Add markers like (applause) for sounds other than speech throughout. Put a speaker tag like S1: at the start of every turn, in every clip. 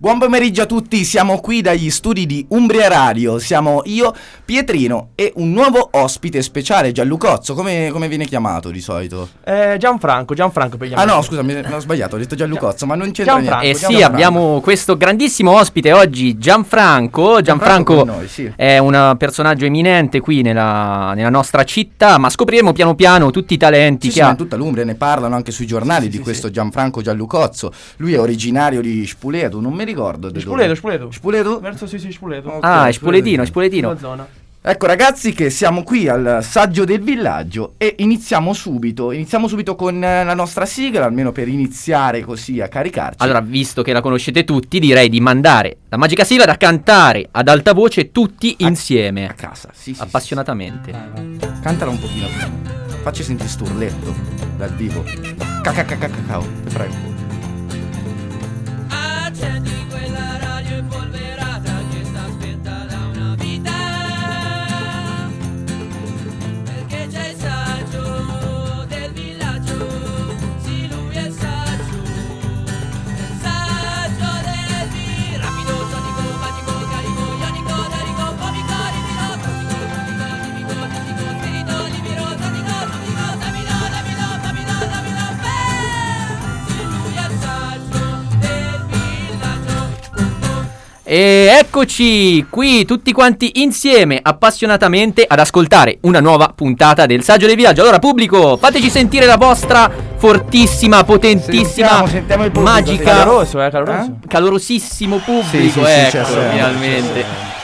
S1: Buon pomeriggio a tutti, siamo qui dagli studi di Umbria Radio, siamo io, Pietrino e un nuovo ospite speciale, Gianlucozzo, come, come viene chiamato di solito?
S2: Eh, Gianfranco, Gianfranco per gli
S1: Ah
S2: amici.
S1: no, scusa, mi mi ho sbagliato, ho detto Gianlucozzo, ma non c'entra
S2: Gianfranco,
S1: niente.
S3: Eh sì,
S1: Gianfranco.
S3: abbiamo questo grandissimo ospite oggi, Gianfranco.
S1: Gianfranco
S3: Gianfranco
S1: con noi, sì.
S3: è un personaggio eminente qui nella, nella nostra città, ma scopriremo piano piano tutti i talenti
S1: Sì,
S3: che
S1: sì, ma
S3: ha.
S1: in tutta l'Umbria ne parlano anche sui giornali
S2: Sì,
S1: di
S2: sì,
S1: questo Gianfranco Gianlucozzo. Lui è originario di Spuleto, non mi ricordo. di
S2: Spuleto,
S1: dove.
S2: Spuleto.
S1: Spuleto?
S2: Verso sì, sì, Spuleto.
S1: Ok.
S3: Ah, è Spuletino, è
S2: Una
S3: Spuletino.
S2: zona.
S1: Ecco ragazzi che siamo qui al saggio del villaggio e iniziamo subito, iniziamo subito con eh, la nostra sigla, almeno per iniziare così a caricarci.
S3: Allora, visto che la conoscete tutti, direi di mandare la magica sigla da cantare ad alta voce tutti
S1: a
S3: insieme,
S1: casa, sì, sì, sì.
S3: appassionatamente.
S1: Cantala un pochino prima. Facci sentire sto urletto dal vivo. Cacacacacacao, ti prego.
S4: Accendi quella radio impolverata che sta spenta da una vita Perché c'è il saggio del villaggio Sì lui è il saggio È il saggio del villaggio Rapido, tonico, magico, carico, ionico, darico, comico, ritmico Tonico, tonico, nimico, tonico, spirito, libero, tonico, tonico Damilo, damilo, damilo, damilo, beh Sì lui è il saggio del villaggio
S3: E eccoci qui tutti quanti insieme, appassionatamente, ad ascoltare una nuova puntata del Saggio del Villaggio. Allora, pubblico, fateci sentire la vostra fortissima, potentissima,
S1: Sentiamo, sentiamo il pubblico,
S3: magica,
S1: sentiamo.
S2: Caloroso, eh, caloroso.
S3: calorosissimo
S1: Sì,
S3: pubblico.
S1: certo, eh. sì, sì,
S3: ecco,
S1: c'è sempre,
S3: finalmente.
S1: certo.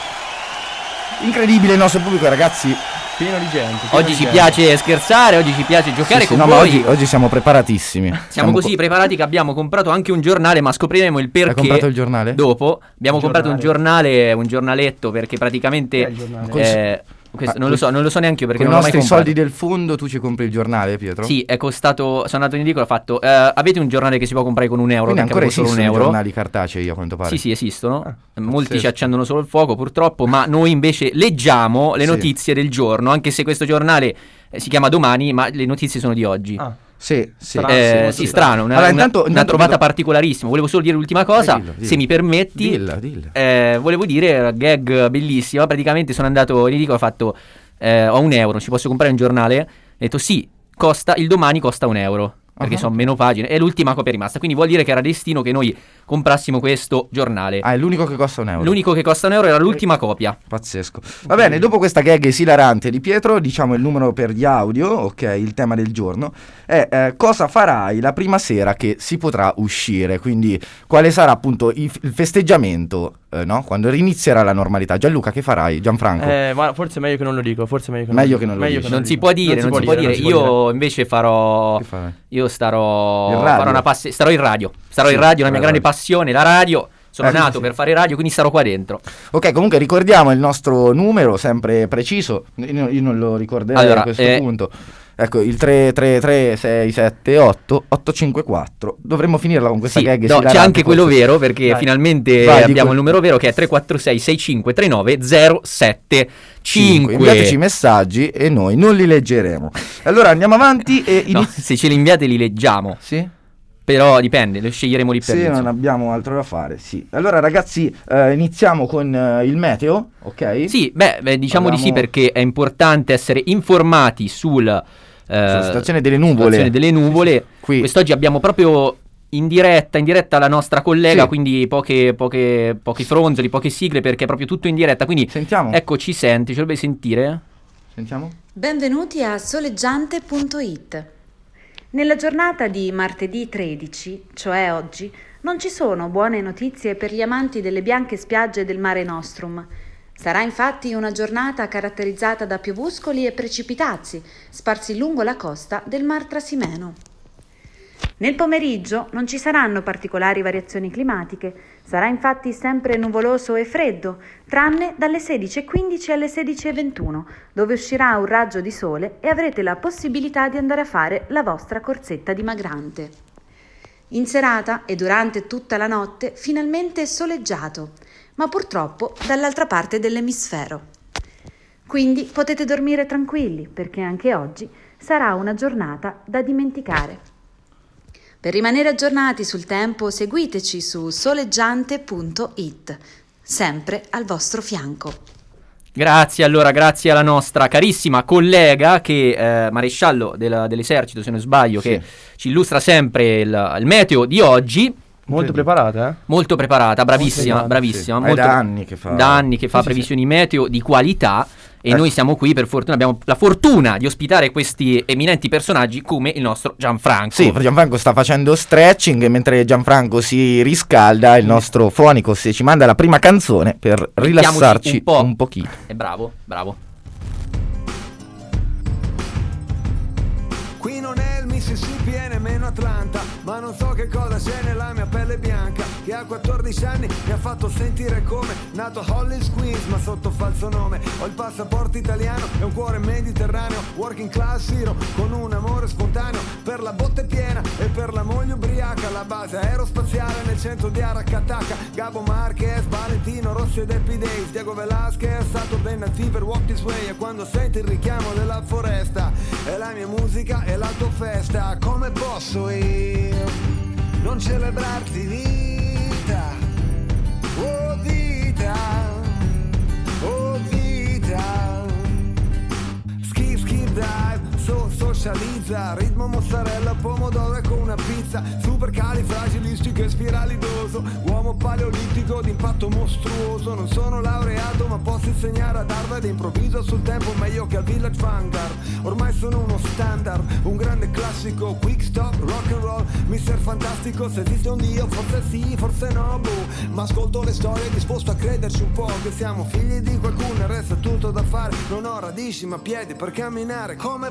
S1: Incredibile il nostro pubblico, ragazzi.
S2: Pieno di gente. pieno
S3: Oggi
S2: di
S3: ci
S2: gente.
S3: piace scherzare, oggi ci piace giocare
S1: Sì, sì,
S3: con
S1: no, ma
S3: voi.
S1: oggi, oggi siamo preparatissimi.
S3: Siamo così preparati che abbiamo comprato anche un giornale, ma scopriremo il perché.
S1: Hai comprato il giornale?
S3: Dopo abbiamo
S2: Il
S3: comprato un giornale, un giornaletto perché
S2: Chi è
S3: praticamente
S2: il giornale?
S1: Con-
S3: eh, questo-
S1: Ma
S3: non lo so,
S1: con-
S3: non lo so neanche io perché
S1: Ah, Con i
S3: non l'ho mai
S1: nostri
S3: comprato.
S1: soldi del fondo tu ci compri il giornale, Pietro?
S3: Sì, è costato. Sono andato in edicola, ho fatto. eh, avete un giornale che si può comprare con un euro?
S1: Quindi
S3: perché
S1: ancora
S3: avevo solo
S1: esistono
S3: un
S1: i
S3: euro.
S1: giornali cartacei a quanto pare.
S3: Sì, sì, esistono.
S1: Ah,
S3: Molti ci
S1: pazzesco.
S3: accendono solo il fuoco, purtroppo. Ma noi invece leggiamo le
S1: Sì.
S3: notizie del giorno, anche se questo giornale eh, si chiama domani, ma le notizie sono di oggi.
S2: Ah,
S1: Sì, sì.
S2: Strano,
S3: Eh,
S2: molto
S3: sì,
S2: strano.
S3: strano, una,
S1: Allora,
S3: una-
S1: intanto-
S3: una
S1: intanto
S3: trovata
S1: vedo-
S3: particolarissima. Volevo solo dire l'ultima cosa,
S1: Dillo, dillo.
S3: se mi permetti.
S1: Dilla, dilla.
S3: Eh, volevo dire, gag bellissima. Praticamente sono andato in edicola, ho fatto. eh, ho un euro, ci posso comprare un giornale? Ho detto sì, costa, il domani costa un euro. Perché
S1: Ah.
S3: sono meno pagine. È l'ultima copia rimasta. Quindi vuol dire che era destino che noi comprassimo questo giornale.
S1: Ah, è l'unico che costa un euro.
S3: L'unico che costa un euro era l'ultima copia.
S1: Pazzesco. Va bene, dopo questa gag esilarante di Pietro, diciamo il numero per gli audio, ok, il tema del giorno, è eh, cosa farai la prima sera che si potrà uscire, quindi quale sarà appunto il, il festeggiamento, eh, no? Quando inizierà la normalità. Gianluca, che farai? Gianfranco?
S2: Eh, ma forse è meglio che non lo dico, forse è meglio che non
S1: Meglio
S2: lo dico.
S1: che non lo dici.
S3: Non si può dire, non si può dire.
S2: non si può
S3: Io invece farò.
S1: Che farai?
S3: Io
S1: In
S3: starò.
S1: radio.
S3: Farò una passe- starò in radio. Starò
S1: Sì,
S3: in radio, la
S1: la
S3: mia grande
S1: radio.
S3: passione, la radio. Sono
S1: Eh, sì,
S3: nato
S1: sì.
S3: per fare radio, quindi starò qua dentro.
S1: Ok, comunque ricordiamo il nostro numero, sempre preciso, io, io non lo ricorderei
S3: Allora,
S1: a questo
S3: eh,
S1: punto. Ecco, il 854 Dovremmo finirla con questa
S3: Sì,
S1: gag.
S3: no, c'è
S1: esilarante,
S3: anche quello
S1: forse.
S3: vero perché
S2: Dai.
S3: finalmente
S1: Vai, dico-
S3: abbiamo il numero vero che è 346
S1: 5. Inviateci i messaggi e noi non li leggeremo. Allora andiamo avanti e
S3: No,
S1: inizi-
S3: se ce li inviate li leggiamo,
S1: Sì?
S3: però dipende, lo sceglieremo lì per
S1: Se non
S3: insomma.
S1: abbiamo altro da fare, sì. Allora ragazzi, eh, iniziamo con eh, il meteo, ok?
S3: Sì, beh, beh, diciamo di sì
S1: Abbiamo-
S3: perché è importante essere informati sul, eh,
S1: Sulla situazione delle nuvole.
S3: situazione delle nuvole.
S1: Qui.
S3: Quest'oggi abbiamo proprio in diretta, in diretta la nostra collega,
S1: Sì.
S3: quindi poche, poche, pochi fronzoli, poche sigle perché è proprio tutto in diretta. Quindi
S1: Sentiamo?
S3: ecco, ci senti, ci dovrebbe sentire.
S1: Sentiamo?
S5: Benvenuti a soleggiante.it. Nella giornata di martedì 13, cioè oggi, non ci sono buone notizie per gli amanti delle bianche spiagge del Mare Nostrum. Sarà infatti una giornata caratterizzata da piovuscoli e precipitazzi sparsi lungo la costa del Mar Trasimeno. Nel pomeriggio non ci saranno particolari variazioni climatiche, sarà infatti sempre nuvoloso e freddo, tranne dalle 16.15 alle 16.21, dove uscirà un raggio di sole e avrete la possibilità di andare a fare la vostra corsetta dimagrante. In serata e durante tutta la notte finalmente soleggiato, ma purtroppo dall'altra parte dell'emisfero. Quindi potete dormire tranquilli perché anche oggi sarà una giornata da dimenticare. Per rimanere aggiornati sul tempo seguiteci su soleggiante.it, sempre al vostro fianco.
S3: Grazie, allora, grazie alla nostra carissima collega che eh, maresciallo della- dell'esercito, se non sbaglio,
S1: Sì.
S3: che ci illustra sempre il, il meteo di oggi.
S2: Molto
S1: Credo.
S2: preparata, eh?
S3: Molto preparata, bravissima,
S2: preparata,
S3: bravissima.
S1: sì. È
S3: molto-
S1: da anni che fa-
S3: da anni che fa
S2: Sì, sì,
S3: previsioni meteo di qualità. E
S1: Eh.
S3: noi siamo qui, per fortuna, abbiamo la fortuna di ospitare questi eminenti personaggi come il nostro Gianfranco.
S1: Sì, Gianfranco sta facendo stretching e mentre Gianfranco si riscalda, il nostro fonico se ci manda la prima canzone per
S3: Mettiamoci
S1: rilassarci
S3: un po'.
S1: pochino.
S3: E bravo, bravo.
S6: Qui non è il Mississippi e nemmeno Atlanta Ma non so che cosa c'è nella mia pelle bianca Che a 14 anni mi ha fatto sentire come Nato a Hollis, Queens ma sotto falso nome Ho il passaporto italiano e un cuore mediterraneo Working class hero con un amore spontaneo Per la botte piena e per la moglie ubriaca La base aerospaziale nel centro di Aracataca Gabo Marquez, Valentino Rossi ed Happy Days Diego Velasquez, Saturday Night Fever, Walk This Way E quando senti il richiamo della foresta E la mia musica e la tua festa Come posso io non celebrarti vita Oh vita, oh vita Skip, skip, dive, so, socializza Ritmo, mozzarella, pomodoro e con una pizza Super califragilistico e spiralidoso Uomo paleolitico d'impatto mostruoso Non sono laureato ma posso insegnare ad Harvard Improvviso sul tempo meglio che al Village Vanguard Ormai sono uno standard, un grande classico Quick stop, rock and roll, mister fantastico Se esiste un dio forse sì, forse no, boh Ma ascolto le storie disposto a crederci un po' Che siamo figli di qualcuno e resta tutto da fare Non ho radici ma piedi per camminare Come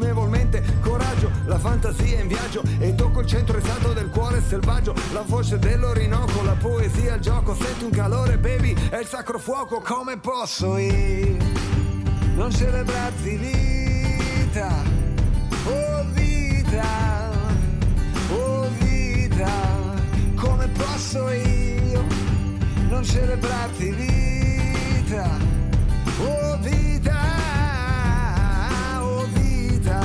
S6: Coraggio, la fantasia in viaggio E tocco il centro esatto del cuore selvaggio La voce dell'orinoco, la poesia al gioco Senti un calore, baby, è il sacro fuoco Come posso io non celebrarti vita Oh vita, oh vita Come posso io non celebrarti vita Oh vita, oh vita.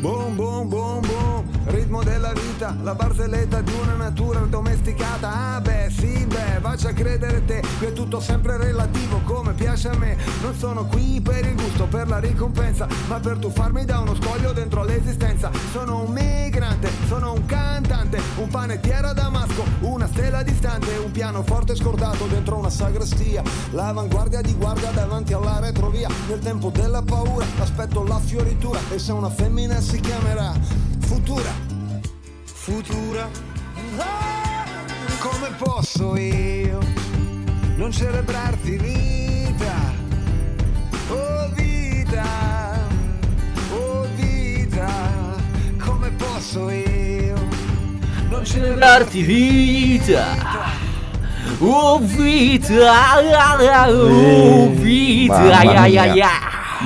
S6: Boom, boom, boom, boom. Ritmo della vita, la barzelletta di una natura domesticata. Ah beh, sì, beh, faccia credere te che è tutto sempre relativo come piace a me. Non sono qui per il gusto, per la ricompensa, ma per tuffarmi da uno scoglio dentro l'esistenza. Sono un migrante, sono un cantante, un panettiere a Damasco, una stella distante, un pianoforte scordato dentro una sagrestia. L'avanguardia di guardia davanti alla retrovia. Nel tempo della paura, aspetto la fioritura. E se una femmina si chiamerà Futura, Futura. Come posso io non celebrarti vita? Oh vita, oh vita, come posso io non
S3: Celebrarti vita. Oh vita, oh vita,
S1: Mamma
S3: ai, ai,
S1: mia.
S3: ai, ai.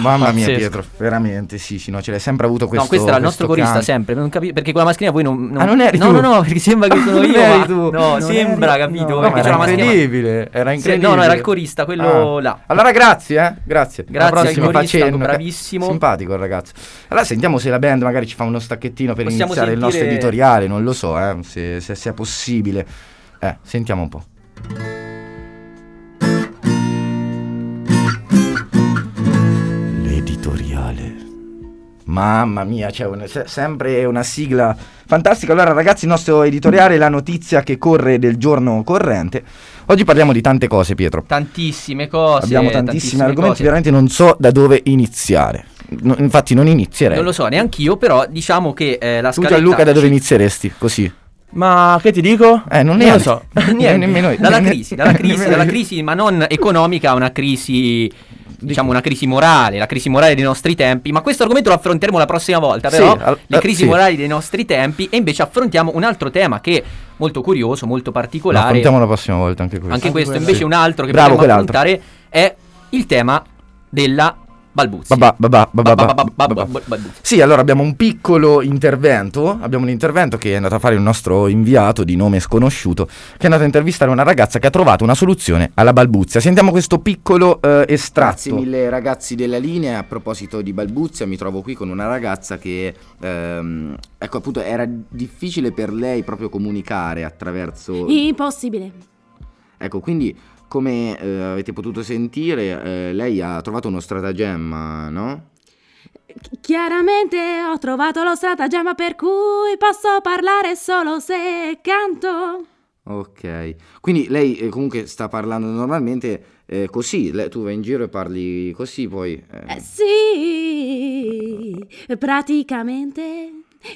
S1: Mamma mia
S2: Pazzesco.
S1: Pietro, veramente sì, sì, no, ce l'hai sempre avuto questo
S3: no, questo era il
S1: questo
S3: nostro corista
S1: canto.
S3: sempre, non capi- perché con la mascherina voi non...
S1: Ah, non eri
S3: no,
S1: tu?
S3: No, no, perché sembra che sono
S1: (laughs) Non
S3: io,
S1: eri
S3: ma-
S1: Eh, tu?
S3: No,
S1: Non
S3: sembra,
S1: eri-
S3: capito,
S1: no,
S3: perché
S1: ma
S3: c'è la
S1: era
S3: mascherina.
S1: incredibile, era
S3: Se-
S1: incredibile.
S3: no, no, era il corista, quello
S1: Ah.
S3: là.
S1: Allora grazie, eh, grazie.
S3: Grazie
S1: Alla
S3: al
S1: prossima,
S3: corista,
S1: fa cenno,
S3: bravissimo.
S1: Simpatico il ragazzo. Allora sentiamo se la band magari ci fa uno stacchettino per
S3: Possiamo
S1: iniziare il nostro
S3: sentire-
S1: editoriale, non lo so, eh, se, se sia possibile. Eh, sentiamo un po'. L'editoriale. Mamma mia, c'è un- se- sempre una sigla fantastica. Allora, ragazzi, il nostro editoriale, la notizia che corre del giorno corrente. Oggi parliamo di tante cose, Pietro.
S3: Tantissime cose.
S1: Abbiamo tantissimi argomenti,
S3: cose.
S1: veramente non so da dove iniziare. No, infatti non inizierei.
S3: Non lo so neanche io, però diciamo che eh, la
S1: tu
S3: scaletta...
S1: Gianluca da dove inizieresti? Così.
S2: Ma che ti dico?
S1: Eh, non ne
S2: lo
S1: ha-
S3: (laughs)
S2: so.
S1: ne-
S2: Niente.
S1: nemmeno io.
S3: Dalla crisi, dalla crisi,
S1: Nemmeno
S3: dalla
S1: io.
S3: crisi, ma non economica, una crisi. Diciamo una crisi morale, la crisi morale dei nostri tempi, ma questo argomento lo affronteremo la prossima volta,
S1: Sì,
S3: però
S1: al-
S3: le
S1: eh,
S3: crisi
S1: sì.
S3: morali dei nostri tempi e invece affrontiamo un altro tema che è molto curioso, molto
S1: Lo
S3: particolare,
S1: affrontiamo la prossima volta anche questo.
S3: anche
S2: Anche
S3: questo
S2: quello,
S3: invece
S1: sì.
S3: un altro che
S1: Bravo,
S3: vogliamo
S1: quell'altro.
S3: affrontare è il tema della balbuzia.
S1: Babà, babà, babà,
S3: Ba- ba-
S1: babà,
S3: ba- ba-
S1: babà.
S3: ba- balbuzia.
S1: Sì, allora abbiamo un piccolo intervento. Abbiamo un intervento che è andato a fare il nostro inviato di nome sconosciuto, che è andato a intervistare una ragazza che ha trovato una soluzione alla balbuzia. Sentiamo questo piccolo eh, estratto.
S7: Grazie mille ragazzi della linea, a proposito di balbuzia mi trovo qui con una ragazza che, ehm, ecco appunto, era difficile per lei proprio comunicare attraverso...
S8: Impossibile.
S7: Ecco, quindi come eh, avete potuto sentire, eh, lei ha trovato uno stratagemma, no?
S8: Chi- Chiaramente ho trovato lo stratagemma per cui posso parlare solo se canto.
S7: Ok, quindi lei eh, comunque sta parlando normalmente eh, così, le- tu vai in giro e parli così poi... eh.
S8: Eh, sì, praticamente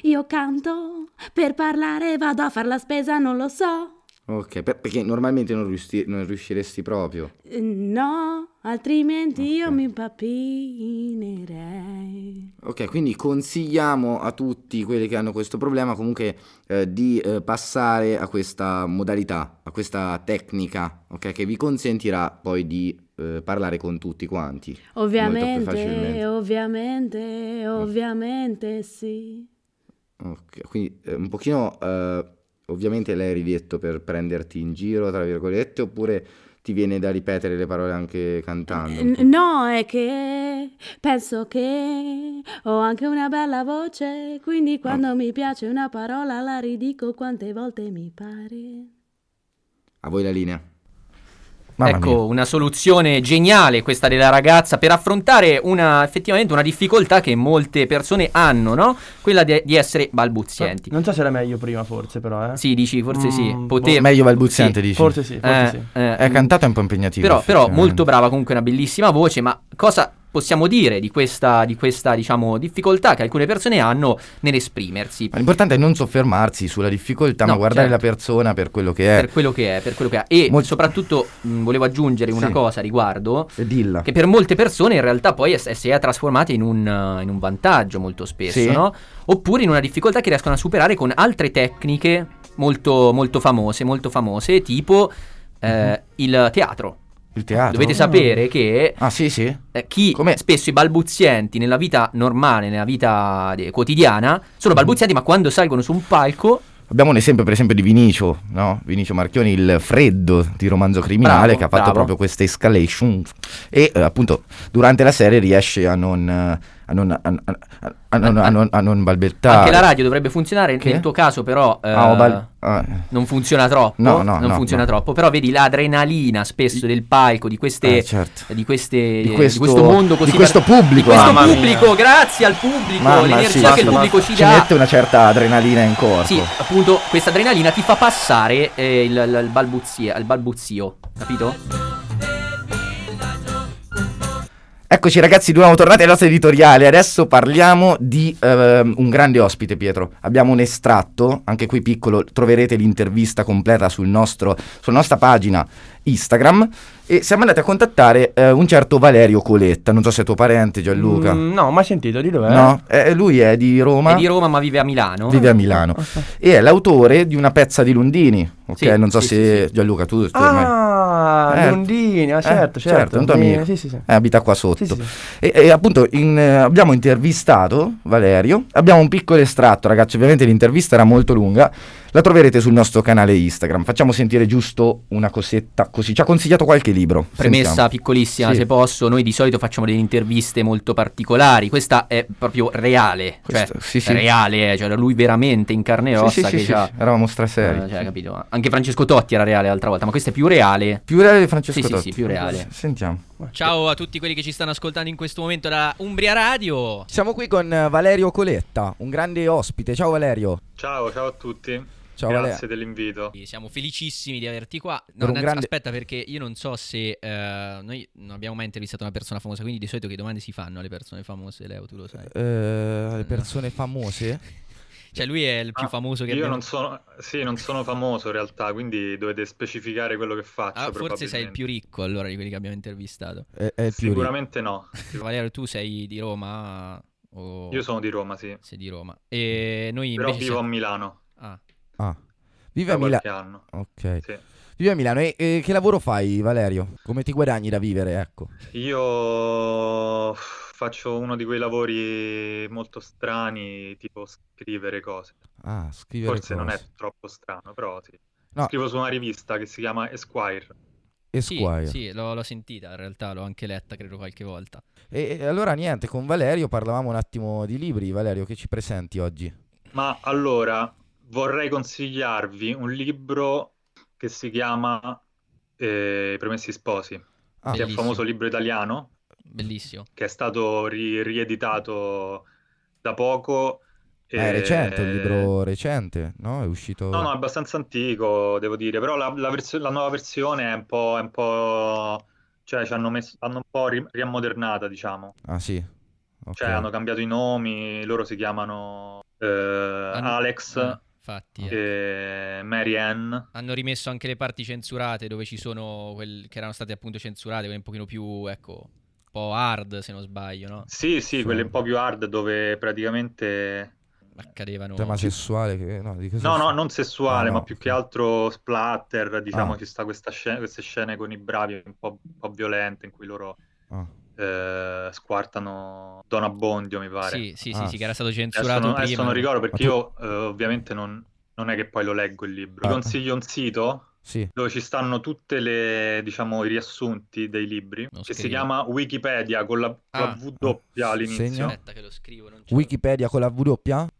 S8: io canto. Per parlare vado a fare la spesa, non lo so.
S7: Ok, per- perché normalmente non, riusci- non riusciresti proprio.
S8: Eh, No, altrimenti io
S7: Ok.
S8: mi impappinerei.
S7: Ok, quindi consigliamo a tutti quelli che hanno questo problema comunque eh, di eh, passare a questa modalità, a questa tecnica, ok, che vi consentirà poi di eh, parlare con tutti quanti.
S8: Ovviamente,
S7: facilmente. Mm.
S8: ovviamente, ovviamente sì.
S7: Ok, quindi eh, un pochino, eh, ovviamente l'hai ridetto per prenderti in giro, tra virgolette, oppure ti viene da ripetere le parole anche
S2: Eh,
S7: cantando? un po'?
S8: N- No, è che penso che ho anche una bella voce,
S7: Ah.
S8: quindi quando mi piace una parola la ridico quante volte mi pare.
S7: A voi la linea.
S1: Mamma
S3: ecco,
S1: mia.
S3: una soluzione geniale questa della ragazza per affrontare una, effettivamente una difficoltà che molte persone hanno, no? Quella de- di essere balbuzienti.
S2: Non so se era meglio prima, forse, però, eh.
S3: Sì, dici, forse sì.
S2: Mm,
S3: Pote-
S1: Meglio balbuziante, dici.
S2: Forse sì, forse
S3: eh,
S2: sì.
S3: eh,
S1: È cantato è un po' impegnativo.
S3: Però, però
S1: effettivamente.
S3: molto brava, comunque una bellissima voce, ma cosa possiamo dire di questa, di questa diciamo, difficoltà che alcune persone hanno nell'esprimersi?
S1: Ma l'importante è non soffermarsi sulla difficoltà, ma
S3: No,
S1: guardare
S3: certo.
S1: la persona per quello che è.
S3: Per quello che è, per quello che ha. E
S1: Molto-
S3: soprattutto mh, volevo aggiungere una
S1: Sì.
S3: cosa a riguardo.
S1: E dilla.
S3: Che per molte persone in realtà poi è- è- si è trasformata in un, eh, in un vantaggio molto spesso,
S1: Sì.
S3: no? Oppure in una difficoltà che riescono a superare con altre tecniche molto, molto famose, molto famose, tipo eh, il teatro.
S1: Il Mhm. teatro.
S3: Dovete sapere che
S1: Ah, sì, sì.
S3: eh, chi
S1: Come-
S3: spesso i balbuzienti nella vita normale, nella vita de- quotidiana, sono
S1: Mhm.
S3: balbuzienti, ma quando salgono su un palco,
S1: Abbiamo un esempio, per esempio, di Vinicio, no? Vinicio Marchioni, il freddo di romanzo criminale,
S3: Bravo,
S1: che ha fatto
S3: bravo.
S1: proprio questa escalation. E eh, appunto, durante la serie riesce a non. eh, A non, a, a- a- a non, a non- a non balbettare.
S3: anche la radio dovrebbe funzionare.
S1: Che?
S3: Nel tuo caso, però, eh,
S1: Ah, ho bal- ah.
S3: non funziona troppo.
S1: No, no,
S3: non
S1: no,
S3: funziona
S1: no.
S3: troppo. Però vedi l'adrenalina spesso del palco, di queste.
S1: Eh, certo.
S3: Di, queste,
S1: Di
S3: di
S1: questo-
S3: questo mondo così
S1: di questo
S3: par-
S1: pubblico,
S3: di questo
S1: mamma
S2: mia.
S3: pubblico grazie al pubblico
S1: Mamma, sì,
S3: l'energia
S1: basta,
S3: che il pubblico
S1: basta.
S3: ci
S1: Ci
S3: dà
S1: mette una certa adrenalina in corpo.
S3: Sì, appunto, questa adrenalina ti fa passare eh, il, il- il balbuzia- il balbuzio, capito?
S1: Eccoci ragazzi, di nuovo tornati al nostro editoriale. Adesso parliamo di ehm, un grande ospite, Pietro. Abbiamo un estratto, anche qui piccolo, troverete l'intervista completa sul nostro- sulla nostra pagina Instagram. E siamo andati a contattare eh, un certo Valerio Coletta. Non so se è tuo parente, Gianluca.
S2: Mm, no, mai sentito, di dov'è?
S1: No, Eh, lui è di Roma.
S3: È di Roma ma vive a Milano.
S1: Vive a Milano e è l'autore di una pezza di Lundini. Ok,
S3: Sì,
S1: non so
S3: sì,
S1: se
S3: sì, sì.
S1: Gianluca, tu, tu ormai
S2: Ah,
S1: Eh,
S2: Londini, ah,
S1: eh,
S2: certo, certo.
S1: un tuo
S2: mi-
S1: amico.
S2: Sì, sì, sì.
S1: Eh, abita qua sotto.
S2: Sì, sì, sì.
S1: E, e appunto in, eh, abbiamo intervistato Valerio, abbiamo un piccolo estratto ragazzi, ovviamente l'intervista era molto lunga, la troverete sul nostro canale Instagram, facciamo sentire giusto una cosetta così, ci ha consigliato qualche libro.
S3: Premessa
S1: Sentiamo.
S3: piccolissima,
S1: Sì.
S3: se posso, noi di solito facciamo delle interviste molto particolari, questa è proprio reale, cioè
S1: Questo- sì, sì.
S3: reale, eh, cioè era lui veramente in carne e
S1: Sì,
S3: ossa
S1: sì,
S3: che
S1: sì, sì,
S3: c'ha-
S1: sì, eravamo straseri.
S3: eh, cioè, capito? Anche Francesco Totti era reale l'altra volta, ma questa è più reale.
S1: Più reale di Francesco
S3: Sì, sì, sì,
S1: Totti.
S3: più reale.
S1: Sentiamo.
S3: Ciao a tutti quelli che ci stanno ascoltando in questo momento da Umbria Radio.
S9: Siamo qui con eh, Valerio Coletta, un grande ospite. Ciao Valerio.
S10: Ciao, ciao a tutti.
S9: Ciao
S10: Grazie dell'invito.
S3: Sì, Siamo felicissimi di averti qua. No,
S9: Per un
S3: innanzi-
S9: grande-
S3: Aspetta, perché io non so se eh, noi non abbiamo mai intervistato una persona famosa, quindi di solito che domande si fanno alle persone famose, Leo, tu lo sai.
S9: Valerio. Eh, alle
S3: No.
S9: persone famose?
S11: Cioè, lui è il più
S10: Ah,
S11: famoso che
S10: Io
S11: abbiamo.
S10: non sono, sì, non sono famoso in realtà, quindi dovete specificare quello che faccio.
S11: Ah, forse sei il
S10: probabilmente.
S11: più ricco allora di quelli che abbiamo intervistato.
S9: È, è il più ricco.
S10: Sicuramente no.
S11: (laughs) Valerio, tu sei di Roma? O...
S10: Io sono di Roma, sì.
S11: Oh. Sei di Roma. E noi
S10: Però
S11: invece.
S10: vivo a
S11: siamo-
S10: Milano
S11: Ah,
S9: Ah. Vive
S10: da
S9: a Milano.
S10: qualche anno.
S9: Ok.
S10: Sì.
S9: Vivi a Milano e, e che lavoro fai, Valerio? Come ti guadagni da vivere, ecco?
S10: Io faccio uno di quei lavori molto strani, tipo scrivere cose.
S9: Ah, scrivere
S10: Forse non
S9: cose.
S10: è troppo strano, però sì.
S9: No.
S10: Scrivo su una rivista che si chiama Esquire.
S11: sì,
S9: Esquire.
S11: sì, l'ho, l'ho sentita in realtà, l'ho anche letta credo qualche volta.
S9: E e allora niente, con Valerio parlavamo un attimo di libri. Valerio, che ci presenti oggi?
S10: Ma allora vorrei consigliarvi un libro che si chiama eh, I Promessi Sposi,
S9: Ah.
S10: che è un
S11: Bellissimo.
S10: famoso libro italiano
S11: Bellissimo.
S10: che è stato ri- rieditato da poco.
S9: Ah, è
S10: e-
S9: recente, un libro recente, no? È uscito...
S10: Eh, No, no, è abbastanza antico, devo dire, però la, la versio- la nuova versione è un po', è un po'... cioè ci hanno messo, hanno un po' ri- riammodernata, diciamo.
S9: Ah sì. Ok.
S10: Cioè hanno cambiato i nomi, loro si chiamano eh,
S11: Hanno-
S10: Alex
S11: Ah, infatti, eh.
S10: e Mary Ann.
S11: hanno rimesso anche le parti censurate dove ci sono quel che erano state appunto censurate, quelle un pochino più, ecco, un po' hard se non sbaglio, no?
S10: Sì, sì,
S9: Sì.
S10: quelle un po' più hard dove praticamente...
S11: Accadevano.
S9: Tema sessuale, che... no, di cosa
S10: No,
S9: si-
S10: no, non sessuale,
S9: Ah, no,
S10: ma più che altro splatter, diciamo,
S9: Ah.
S10: ci sta questa scena, queste scene con i bravi un po', un po' violente in cui loro
S9: Ah.
S10: eh, squartano Don Abbondio, mi pare.
S11: Sì, sì, sì,
S9: Ah,
S11: sì, che era stato
S10: Adesso,
S11: censurato
S10: non,
S11: prima.
S10: adesso non ricordo perché
S9: Ma
S10: io eh, ovviamente non, non è che poi lo leggo il libro.
S9: Ah.
S10: Vi consiglio un sito
S9: Sì.
S10: dove ci stanno tutte le, diciamo, i riassunti dei libri,
S11: Non
S10: che si
S11: scrivi.
S10: chiama Wikipedia con la, con la
S11: Ah.
S10: W all'inizio.
S9: Segno.
S11: Aspetta che lo scrivo, non c'è.
S9: Wikipedia con la W?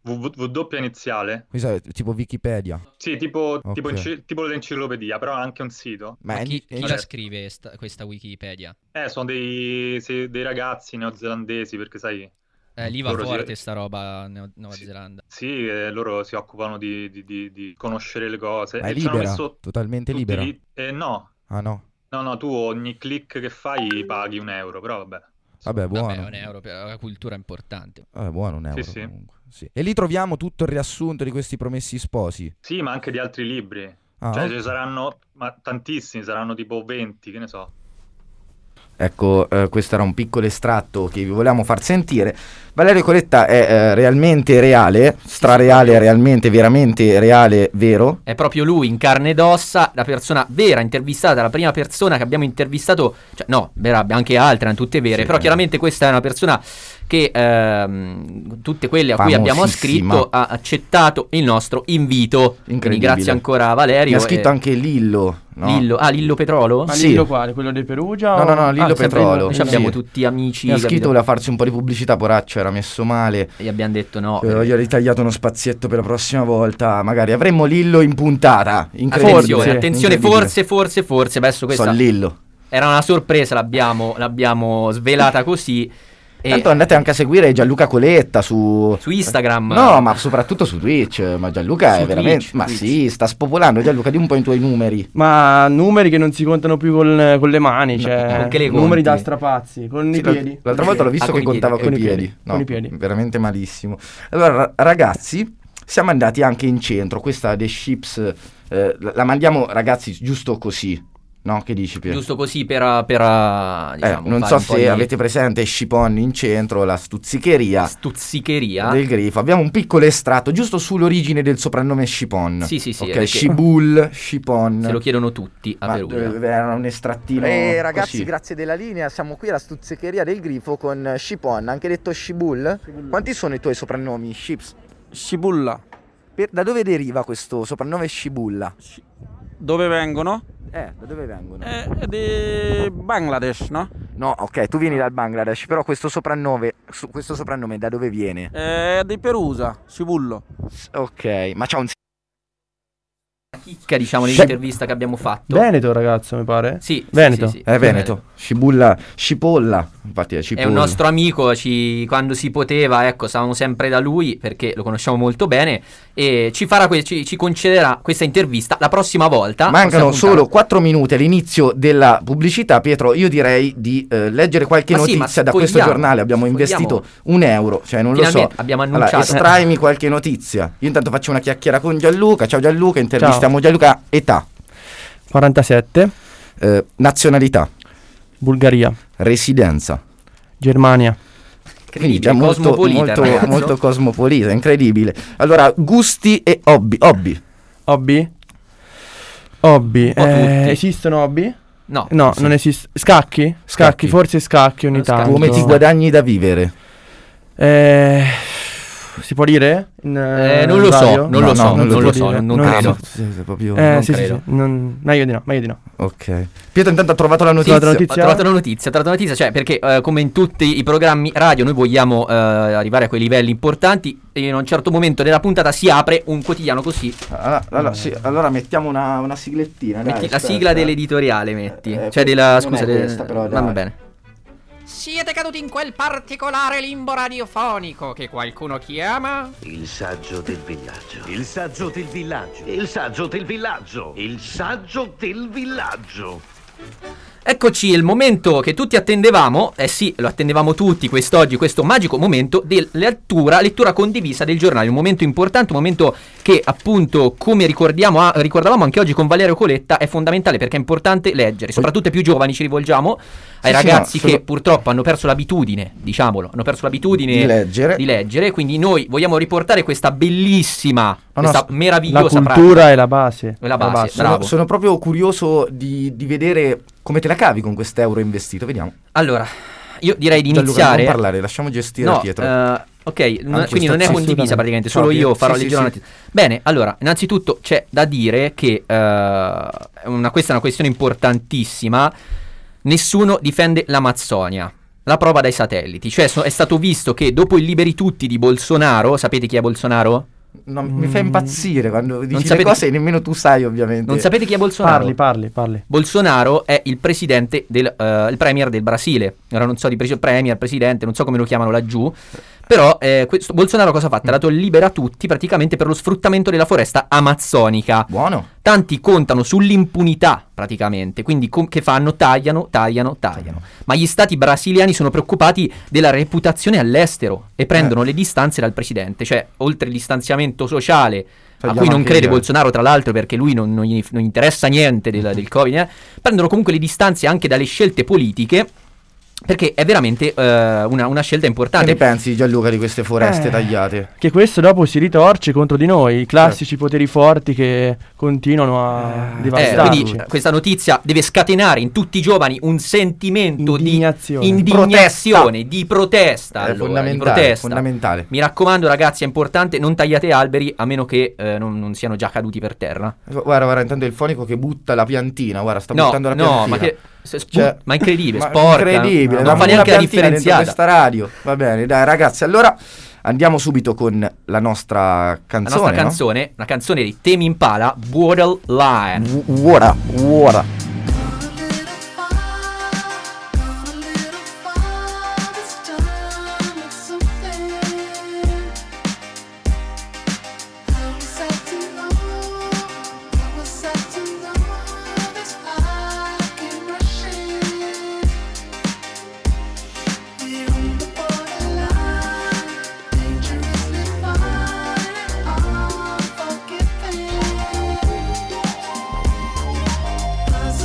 S10: W, W iniziale.
S9: Mi sa, tipo Wikipedia.
S10: Sì, tipo,
S9: Ok.
S10: tipo, enci- tipo l'enciclopedia, però anche un sito.
S9: Ma,
S11: Ma
S9: è-
S11: chi,
S9: è-
S11: chi
S10: eh,
S11: la
S10: eh.
S11: scrive sta- questa Wikipedia?
S10: Eh, sono dei, se- dei ragazzi neozelandesi, perché sai,
S11: Eh, lì va
S10: Loro si-
S11: forte sta roba Neo- Nuova
S10: Sì.
S11: Zelanda.
S10: sì, eh, loro si occupano di, di- di- di conoscere le cose.
S9: ma è
S10: e ci hanno
S9: libera,
S10: messo
S9: totalmente
S10: tutti
S9: libera.
S10: lì- eh, no,
S9: Ah no.
S10: no, no, tu ogni click che fai paghi un euro, però vabbè.
S9: Vabbè, buono.
S11: Vabbè, è un euro, però è una cultura importante.
S9: Vabbè, buono un euro
S10: sì.
S9: comunque. Sì. E lì troviamo tutto il riassunto di questi promessi sposi.
S10: Sì, ma anche di altri libri.
S9: Ah,
S10: Cioè,
S9: ok.
S10: ce ne saranno ma tantissimi, saranno tipo 20, che ne so.
S1: Ecco, eh, questo era un piccolo estratto che vi volevamo far sentire. Valerio Coletta è eh, realmente reale, strareale, realmente, veramente reale, vero?
S3: È proprio lui in carne ed ossa, la persona vera intervistata, la prima persona che abbiamo intervistato, cioè no, vera, abbiamo anche altre, erano tutte vere,
S1: certo.
S3: però chiaramente questa è una persona che ehm, tutte quelle a cui abbiamo
S1: Famosissima.
S3: scritto ha accettato il nostro invito. Quindi
S1: Incredibile.
S3: grazie ancora a Valerio.
S1: Mi ha scritto
S3: e-
S1: anche Lillo, no?
S3: Lillo, ah, Lillo Petrolo?
S2: Ma
S1: Sì.
S2: Lillo quale? Quello di Perugia?
S1: No,
S2: o-
S1: no, no,
S2: Ah,
S1: Lillo
S2: sempre
S1: Petrolo.
S2: Lillo-
S1: Sì,
S3: Noi abbiamo
S1: sì.
S3: tutti amici.
S1: Mi ha
S3: capito?
S1: scritto voleva farci un po' di pubblicità, poraccio, era messo male.
S3: E abbiamo detto no.
S1: Eh, gli ho ritagliato uno spazietto per la prossima volta. Magari avremmo Lillo in puntata. Incredibile.
S3: Attenzione, attenzione,
S1: incredibile.
S3: forse, forse, forse. Adesso questa
S1: So Lillo.
S3: era una sorpresa, l'abbiamo, l'abbiamo svelata così. E
S1: Tanto andate anche a seguire Gianluca Coletta su...
S3: su Instagram.
S1: No, ma soprattutto su Twitch. Ma Gianluca
S3: Su
S1: è veramente...
S3: Twitch,
S1: ma
S3: Twitch.
S1: sì, sta spopolando Gianluca di un po' i tuoi numeri.
S2: Ma numeri che non si contano più col- con le mani,
S1: eh,
S2: cioè
S3: anche le
S2: numeri
S3: conti.
S2: da strapazzi, con
S1: Sì,
S2: i piedi.
S1: L'altra volta l'ho visto
S3: Ah,
S1: che
S3: con i piedi,
S1: contava coi
S2: con i
S1: piedi.
S2: piedi,
S1: No,
S2: con i piedi.
S1: veramente malissimo. Allora, ra- ragazzi, siamo andati anche in centro. Questa The Ships eh, la la mandiamo, ragazzi, giusto così. No, che dici Pier?
S3: Giusto così per, per,
S1: Eh,
S3: diciamo,
S1: non
S3: fare
S1: so
S3: un po'
S1: se
S3: di
S1: avete presente Scipon in centro, la stuzzicheria
S3: stuzzicheria.
S1: del grifo. Abbiamo un piccolo estratto giusto sull'origine del soprannome Scipon.
S3: Sì, sì, sì,
S1: Ok,
S3: perché-
S1: Scibul, Scipon.
S3: Se lo chiedono tutti a
S1: Ma,
S3: Perugia.
S1: eh, era un estrattino.
S7: Eh, ragazzi,
S1: così.
S7: grazie della linea. Siamo qui alla stuzzicheria del grifo con Shipon, anche detto Shibul. Quanti sono i tuoi soprannomi, Ships?
S12: Scibulla.
S7: Per- da dove deriva questo soprannome Shibulla?
S12: Dove vengono?
S7: Eh, da dove vengono?
S12: Eh, di Bangladesh, no?
S7: No, ok, tu vieni dal Bangladesh, però questo soprannome, su- questo soprannome da dove viene?
S12: Eh, di Perusa, Scibullo.
S7: Ok, ma c'ha un
S3: chicca, diciamo,
S1: Sì.
S3: dell'intervista che abbiamo fatto.
S2: Veneto, ragazzo, mi pare.
S3: Sì,
S2: Veneto.
S3: sì, sì, sì.
S1: È Veneto, Cibulla, Cipolla, infatti è
S3: È
S1: Cipolla.
S3: un nostro amico, ci- quando si poteva, ecco, stavamo sempre da lui perché lo conosciamo molto bene e ci, farà que- ci, ci concederà questa intervista la prossima volta.
S1: Mancano
S3: prossima
S1: solo
S3: puntata.
S1: 4 minuti all'inizio della pubblicità, Pietro. Io direi di eh, leggere qualche
S3: Ma sì,
S1: notizia
S3: ma
S1: da questo
S3: sfogliamo,
S1: giornale. Abbiamo
S3: sfogliamo.
S1: investito un euro, cioè non lo
S3: Finalmente
S1: so.
S3: abbiamo
S1: Allora,
S3: annunciato.
S1: estraimi qualche notizia. Io intanto faccio una chiacchiera con Gianluca. Ciao Gianluca, intervistiamo Gianluca. Età,
S2: 47.
S1: eh, nazionalità,
S2: Bulgaria.
S1: residenza.
S2: Germania.
S1: Quindi già
S3: Incredibile,
S1: molto,
S3: cosmopolita,
S1: molto,
S3: ragazzo.
S1: molto cosmopolita, incredibile. Allora, gusti e hobby. Hobby.
S2: Hobby? Hobby. eh,
S3: po' tutti.
S2: esistono hobby?
S3: No.
S2: No,
S1: Sì.
S2: non esiste. Scacchi? Scacchi?
S1: Scacchi.
S2: forse scacchi ogni
S3: Lo scacchi.
S2: tanto.
S1: Come ti guadagni da vivere?
S2: Eh, si può dire? In,
S3: Eh, non lo so,
S2: radio?
S3: non lo so, non
S2: si
S3: lo
S2: può
S3: so,
S2: dire,
S3: non
S2: si
S3: credo.
S2: può-
S1: Sì, sì, proprio-
S2: Eh,
S3: non
S2: sì, sì,
S3: credo.
S2: sì, non- meglio di no, meglio di no.
S1: Ok. Pietro intanto ha trovato la notizia.
S2: trovato la
S3: Ho
S2: notizia?
S3: trovato una notizia, ho trovato una notizia, cioè perché eh, come in tutti i programmi radio noi vogliamo eh, arrivare a quei livelli importanti e in un certo momento della puntata si apre un quotidiano così. Eh.
S1: Allora, Ah, allora, sì, allora mettiamo una, una siglettina. dai,
S3: metti la
S1: aspetta.
S3: sigla dell'editoriale, metti.
S1: Eh,
S3: cioè della...
S1: non
S3: scusa,
S1: è
S3: del-
S1: questa, però,
S3: va
S1: dai.
S3: bene.
S4: Siete caduti in quel particolare limbo radiofonico che qualcuno chiama?
S13: Il saggio del villaggio. Il saggio del villaggio. Il saggio del villaggio. Il saggio del villaggio.
S3: Eccoci il momento che tutti attendevamo, eh sì, lo attendevamo tutti quest'oggi, questo magico momento della lettura, lettura condivisa del giornale, un momento importante, un momento che appunto come ricordiamo, ah, ricordavamo anche oggi con Valerio Coletta è fondamentale perché è importante leggere, soprattutto ai più giovani ci rivolgiamo, ai
S1: Sì, sì,
S3: ragazzi
S1: no, solo-
S3: che purtroppo hanno perso l'abitudine, diciamolo, hanno perso l'abitudine
S1: Di leggere.
S3: di leggere, quindi noi vogliamo riportare questa bellissima,
S1: no,
S3: questa
S1: s-
S2: La
S3: meravigliosa pratica.
S2: cultura è la base.
S3: È la base,
S1: Sono,
S3: Bravo.
S1: sono proprio curioso di, di vedere come te la cavi con quest'euro investito. Vediamo.
S3: Allora, io direi di
S1: Gianluca,
S3: iniziare
S1: non parlare, lasciamo gestire
S3: No,
S1: Pietro.
S3: eh, ok, n-
S1: Anche
S3: quindi
S1: questa-
S3: non è
S1: sì,
S3: condivisa
S1: assolutamente.
S3: praticamente,
S1: Ciao,
S3: solo
S1: Pietro.
S3: io farò
S1: Sì, sì,
S3: leggere la
S1: sì.
S3: notizia. Bene, allora, innanzitutto c'è da dire che eh, è una- questa è una questione importantissima. Nessuno difende l'Amazzonia. La prova dai satelliti, cioè so- è stato visto che dopo il liberi tutti di Bolsonaro, sapete chi è Bolsonaro?
S1: No, Mi fa impazzire quando dici le
S3: Mm. sapete-
S1: cose e nemmeno tu sai, ovviamente.
S3: Non sapete chi è Bolsonaro?
S2: Parli, parli, parli.
S3: Bolsonaro è il presidente del eh, il premier del Brasile. Ora non so di preciso premier, presidente, non so come lo chiamano laggiù. Però eh, questo Bolsonaro cosa ha fatto? Ha dato il libera a tutti praticamente per lo sfruttamento della foresta amazzonica.
S1: Buono.
S3: Tanti contano sull'impunità praticamente, quindi com- che fanno? Tagliano, tagliano, tagliano. Ma gli stati brasiliani sono preoccupati della reputazione all'estero e prendono
S1: Eh.
S3: le distanze dal presidente, cioè oltre il distanziamento sociale a
S1: Tagliamo
S3: cui non
S1: anche
S3: crede
S1: via.
S3: Bolsonaro tra l'altro perché lui non, non gli non gli interessa niente del, del Covid, eh, prendono comunque le distanze anche dalle scelte politiche perché è veramente eh, una, una scelta
S1: Che
S3: importante.
S1: ne pensi Gianluca di queste foreste
S2: Eh.
S1: tagliate?
S2: Che questo dopo si ritorce contro di noi,
S3: Eh.
S2: i classici poteri forti che continuano a
S3: Eh, quindi
S2: devastarci.
S3: eh, questa notizia deve scatenare in tutti i giovani un sentimento
S2: Indignazione.
S3: di indignazione, di protesta.
S1: È
S3: allora, di
S1: fondamentale,
S3: protesta.
S1: fondamentale.
S3: Mi raccomando ragazzi, è importante, non tagliate alberi a meno che eh, non, non siano già caduti per terra.
S1: Guarda, guarda, intanto il fonico che butta la piantina, guarda, sta
S3: no,
S1: buttando la
S3: no,
S1: piantina.
S3: ma che... se- spu-
S1: Cioè,
S3: ma incredibile,
S1: ma
S3: sporca.
S1: Incredibile,
S3: non fa
S1: pura
S3: neanche la
S1: piantina dentro
S3: differenziata.
S1: questa radio. Va bene, dai ragazzi, allora andiamo subito con la nostra
S3: La
S1: canzone.
S3: nostra
S1: no?
S3: canzone, una canzone di Temi Impala, Borderline.
S1: W- Ora, ora.
S14: Unforgiving. Cause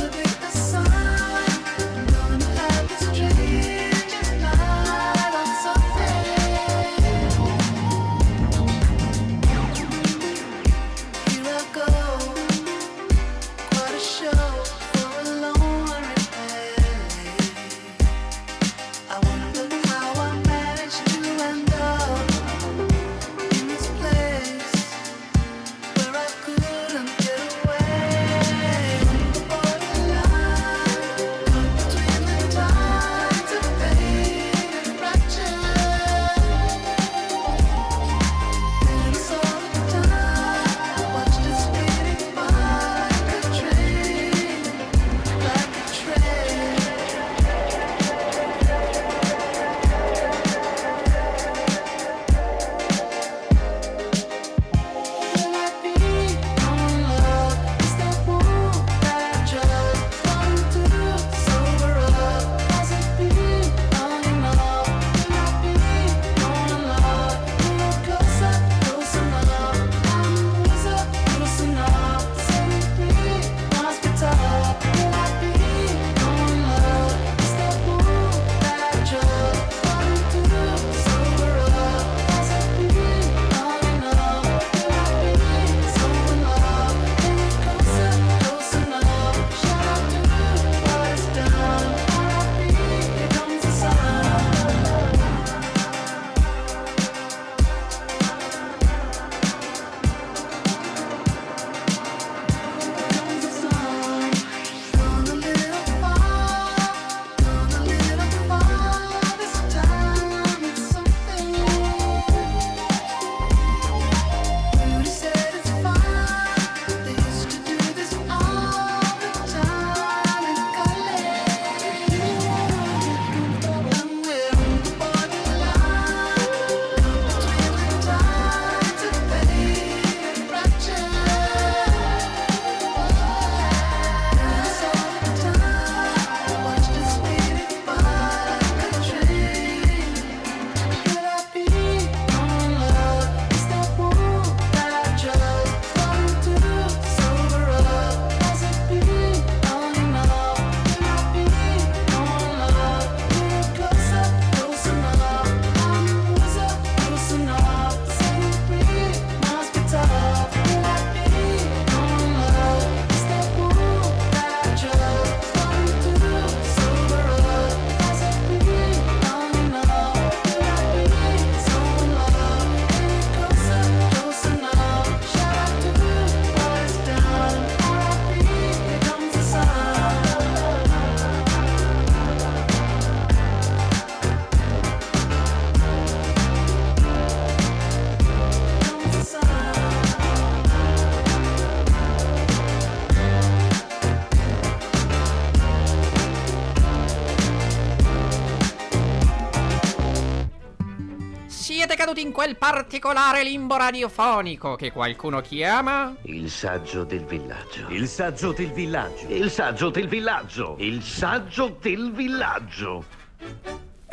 S14: siete caduti in quel particolare limbo radiofonico che qualcuno chiama?
S13: Il saggio del villaggio. Il saggio del villaggio. Il saggio del villaggio. Il saggio del villaggio.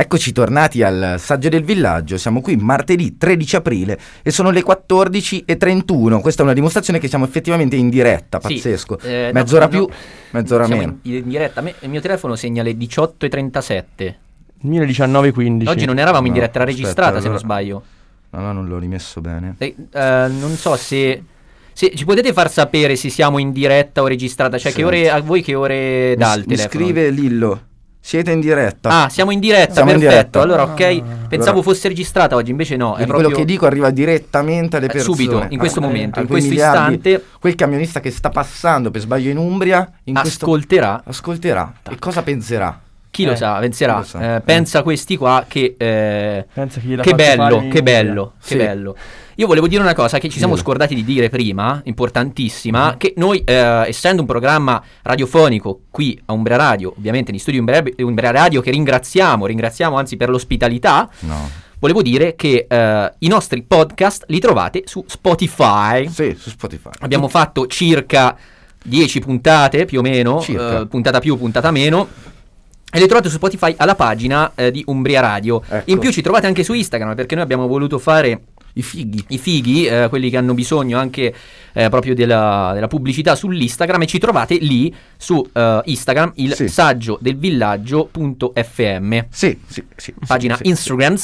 S1: Eccoci tornati al Saggio del Villaggio, siamo qui martedì 13 aprile e sono le 14.31, questa è una dimostrazione che siamo effettivamente in diretta,
S3: Sì,
S1: pazzesco,
S3: eh, no,
S1: mezz'ora
S3: no,
S1: più, mezz'ora
S3: Siamo
S1: meno.
S3: In, in diretta, A me- il mio telefono segna le 18.37.
S2: 19.15.
S3: Oggi non eravamo in
S1: No,
S3: diretta,
S1: aspetta,
S3: era registrata se non
S1: allora-
S3: sbaglio.
S1: No, no, non l'ho rimesso bene.
S3: Eh, eh, non so se, se ci potete far sapere se siamo in diretta o registrata, cioè
S1: Sì.
S3: che ore a voi che ore
S1: Mi,
S3: dà
S1: s-
S3: il
S1: mi
S3: telefono.
S1: scrive Lillo, siete in diretta.
S3: Ah, siamo in diretta,
S1: Siamo in diretta.
S3: perfetto. Allora, ok,
S2: Ah,
S3: pensavo fosse registrata oggi, invece no, è
S1: Quindi
S3: proprio
S1: Quello che dico arriva direttamente alle
S3: Eh,
S1: persone.
S3: subito, in questo
S1: Ah,
S3: momento,
S1: a
S3: in
S1: quei
S3: questo
S1: miliardi-
S3: istante.
S1: Quel camionista che sta passando per sbaglio in Umbria in questo-
S3: Ascolterà.
S1: ascolterà. E cosa penserà?
S3: chi lo
S1: Eh,
S3: sa, penserà,
S1: chi lo sa.
S3: eh, pensa a questi qua che eh,
S2: Pensa chi gliela
S3: che
S2: faccio fare
S3: bello,
S2: in
S3: che bello,
S2: India.
S3: che
S2: Sì.
S3: bello. Io volevo dire una cosa che ci siamo scordati di dire prima,
S1: Mm-hmm.
S3: importantissima, che noi eh, essendo un programma radiofonico qui a Umbria Radio, ovviamente in studio Umbria, Umbria Radio che ringraziamo, ringraziamo anzi per l'ospitalità,
S1: No.
S3: volevo dire che eh, i nostri podcast li trovate su Spotify.
S1: Sì, su Spotify.
S3: Abbiamo fatto circa 10 puntate più o meno, eh, puntata più, puntata meno. E le trovate su Spotify alla pagina eh, di Umbria Radio. In più ci trovate anche su Instagram perché noi abbiamo voluto fare
S1: Ecco. i fighi,
S3: eh, quelli che hanno bisogno anche eh, proprio della, della pubblicità sull'Instagram e ci trovate lì su eh, Instagram il saggio del villaggio.fm.
S1: Sì, sì, sì.
S3: Pagina
S1: sì, sì.
S3: Instagram.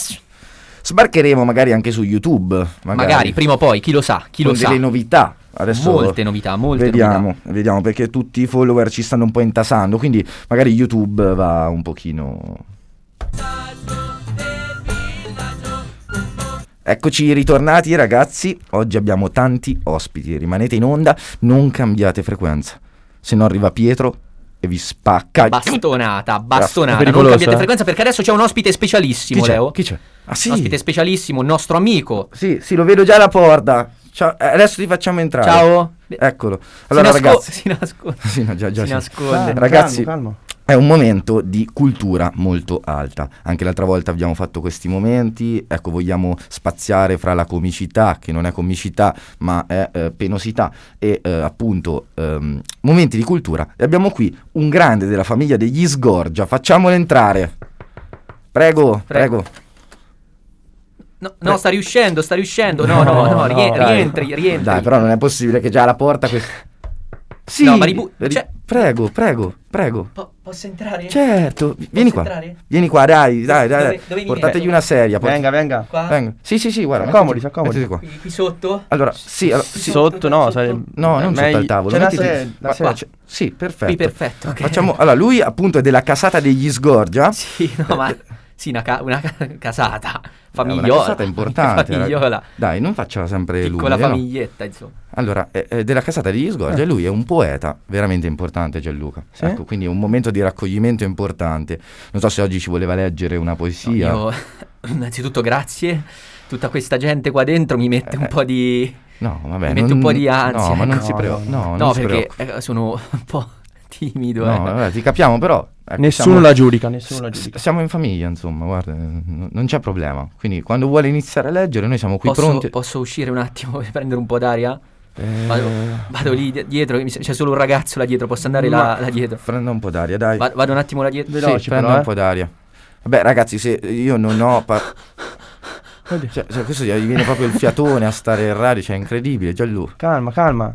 S1: Sbarcheremo magari anche su YouTube. Magari,
S3: Magari. prima o poi, chi lo sa, chi
S1: Con
S3: lo sa.
S1: delle novità. Adesso
S3: molte novità, molte novità.
S1: vediamo, vediamo perché tutti i follower ci stanno un po' intasando, quindi magari YouTube va un pochino Eccoci ritornati ragazzi, oggi abbiamo tanti ospiti, rimanete in onda, non cambiate frequenza, se no arriva Pietro e vi spacca.
S3: Bastonata,
S1: È
S3: bastonata. Non
S1: pericoloso,
S3: cambiate
S1: eh?
S3: frequenza perché adesso c'è un ospite specialissimo,
S1: Chi c'è?
S3: Leo.
S1: Chi c'è? Ah sì?
S3: Ospite specialissimo, un nostro amico.
S1: Sì, sì, lo vedo già alla porta. Ciao, eh, adesso ti facciamo entrare.
S3: Ciao.
S1: Eccolo. Allora
S3: nasco-
S1: ragazzi,
S3: si nasconde.
S1: (laughs) Sì, no, già- già
S3: Si
S1: sì.
S3: nasconde. Calmo,
S1: Ragazzi,
S3: calmo,
S1: è un momento di cultura molto alta. Anche l'altra volta abbiamo fatto questi momenti. Ecco, vogliamo spaziare fra la comicità, che non è comicità, ma è eh, penosità, e eh, appunto ehm, momenti di cultura. E abbiamo qui un grande della famiglia degli Sgorgia. Facciamolo entrare. Prego, prego.
S3: No, no, eh. sta riuscendo, sta riuscendo. No, no, no, rie-
S1: dai.
S3: rientri, rientri.
S1: Dai, però non è possibile che già alla porta questo... Sì,
S3: No, ma ribu-
S1: ri-
S3: cioè-
S1: prego, prego, prego.
S3: posso entrare?
S1: Certo, vi- vieni qua.
S3: entrare?
S1: Vieni qua, dai, dai, dai.
S3: Dove- dove mi
S1: Portategli
S3: metto?
S1: una sedia.
S2: Venga, venga. Qua?
S1: venga. Sì, sì, sì, guarda.
S2: Si
S1: mettiti-
S2: accomodi, si accomodi.
S1: mettiti qua.
S3: Qui,
S1: (laughs)
S3: qui sotto?
S1: Allora, sì, allora, sì.
S2: Sotto, no, sai-
S1: No, eh, non
S2: meglio-
S1: sotto al tavolo.
S2: Eh, C'è la
S1: mettiti-
S2: sed- la
S1: ma-
S2: sedia.
S1: c'è- Sì, perfetto.
S3: Qui, perfetto, ok.
S1: Facciamo... Allora, lui appunto è della casata degli Sgorgia.
S3: Sì, (laughs)
S1: (laughs)
S3: no, ma sì, una, ca- una ca- casata,
S1: È
S3: famigliola.
S1: Eh, una casata
S3: (laughs)
S1: importante. ragazzi.
S3: Famigliola.
S1: Dai, non facciala sempre lui.
S3: Piccola
S1: eh, no?
S3: famiglietta, insomma.
S1: Allora, eh, eh, della casata degli Sgorgia,
S3: Eh.
S1: lui è un poeta veramente importante, Gianluca.
S3: Sì?
S1: Ecco, quindi è un momento di raccoglimento importante. Non so se oggi ci voleva leggere una poesia.
S3: Io, (laughs) innanzitutto, grazie. Tutta questa gente qua dentro mi mette un po' di.
S1: Eh. No, vabbè,
S3: Mi mette
S1: non-
S3: un po' di ansia.
S1: no, ma non
S3: ecco.
S1: si preo- no, non si
S3: perché eh, sono (laughs) un po' timido. eh.
S1: No, vabbè, ti capiamo, però. ecco,
S2: Nessuno la giudica, nessuno la
S1: s- Siamo in famiglia, insomma, guarda, eh, n- non c'è problema. Quindi, quando vuole iniziare a leggere, noi siamo qui
S3: posso,
S1: pronti. Eh,
S3: posso uscire un attimo e prendere un po' d'aria? Vado, vado lì di- dietro, che mi se- c'è solo un ragazzo là dietro, posso andare là,
S1: Ma-
S3: là dietro.
S1: Prendo un po' d'aria, dai.
S3: Va- vado un attimo là dietro.
S1: sì, prendo un po' d'aria. Vabbè, ragazzi, se io non ho. pa- cioè, cioè, questo gli viene proprio il fiatone a stare in radio, cioè, è incredibile. Gianlu. Eh,
S2: Calma, calma.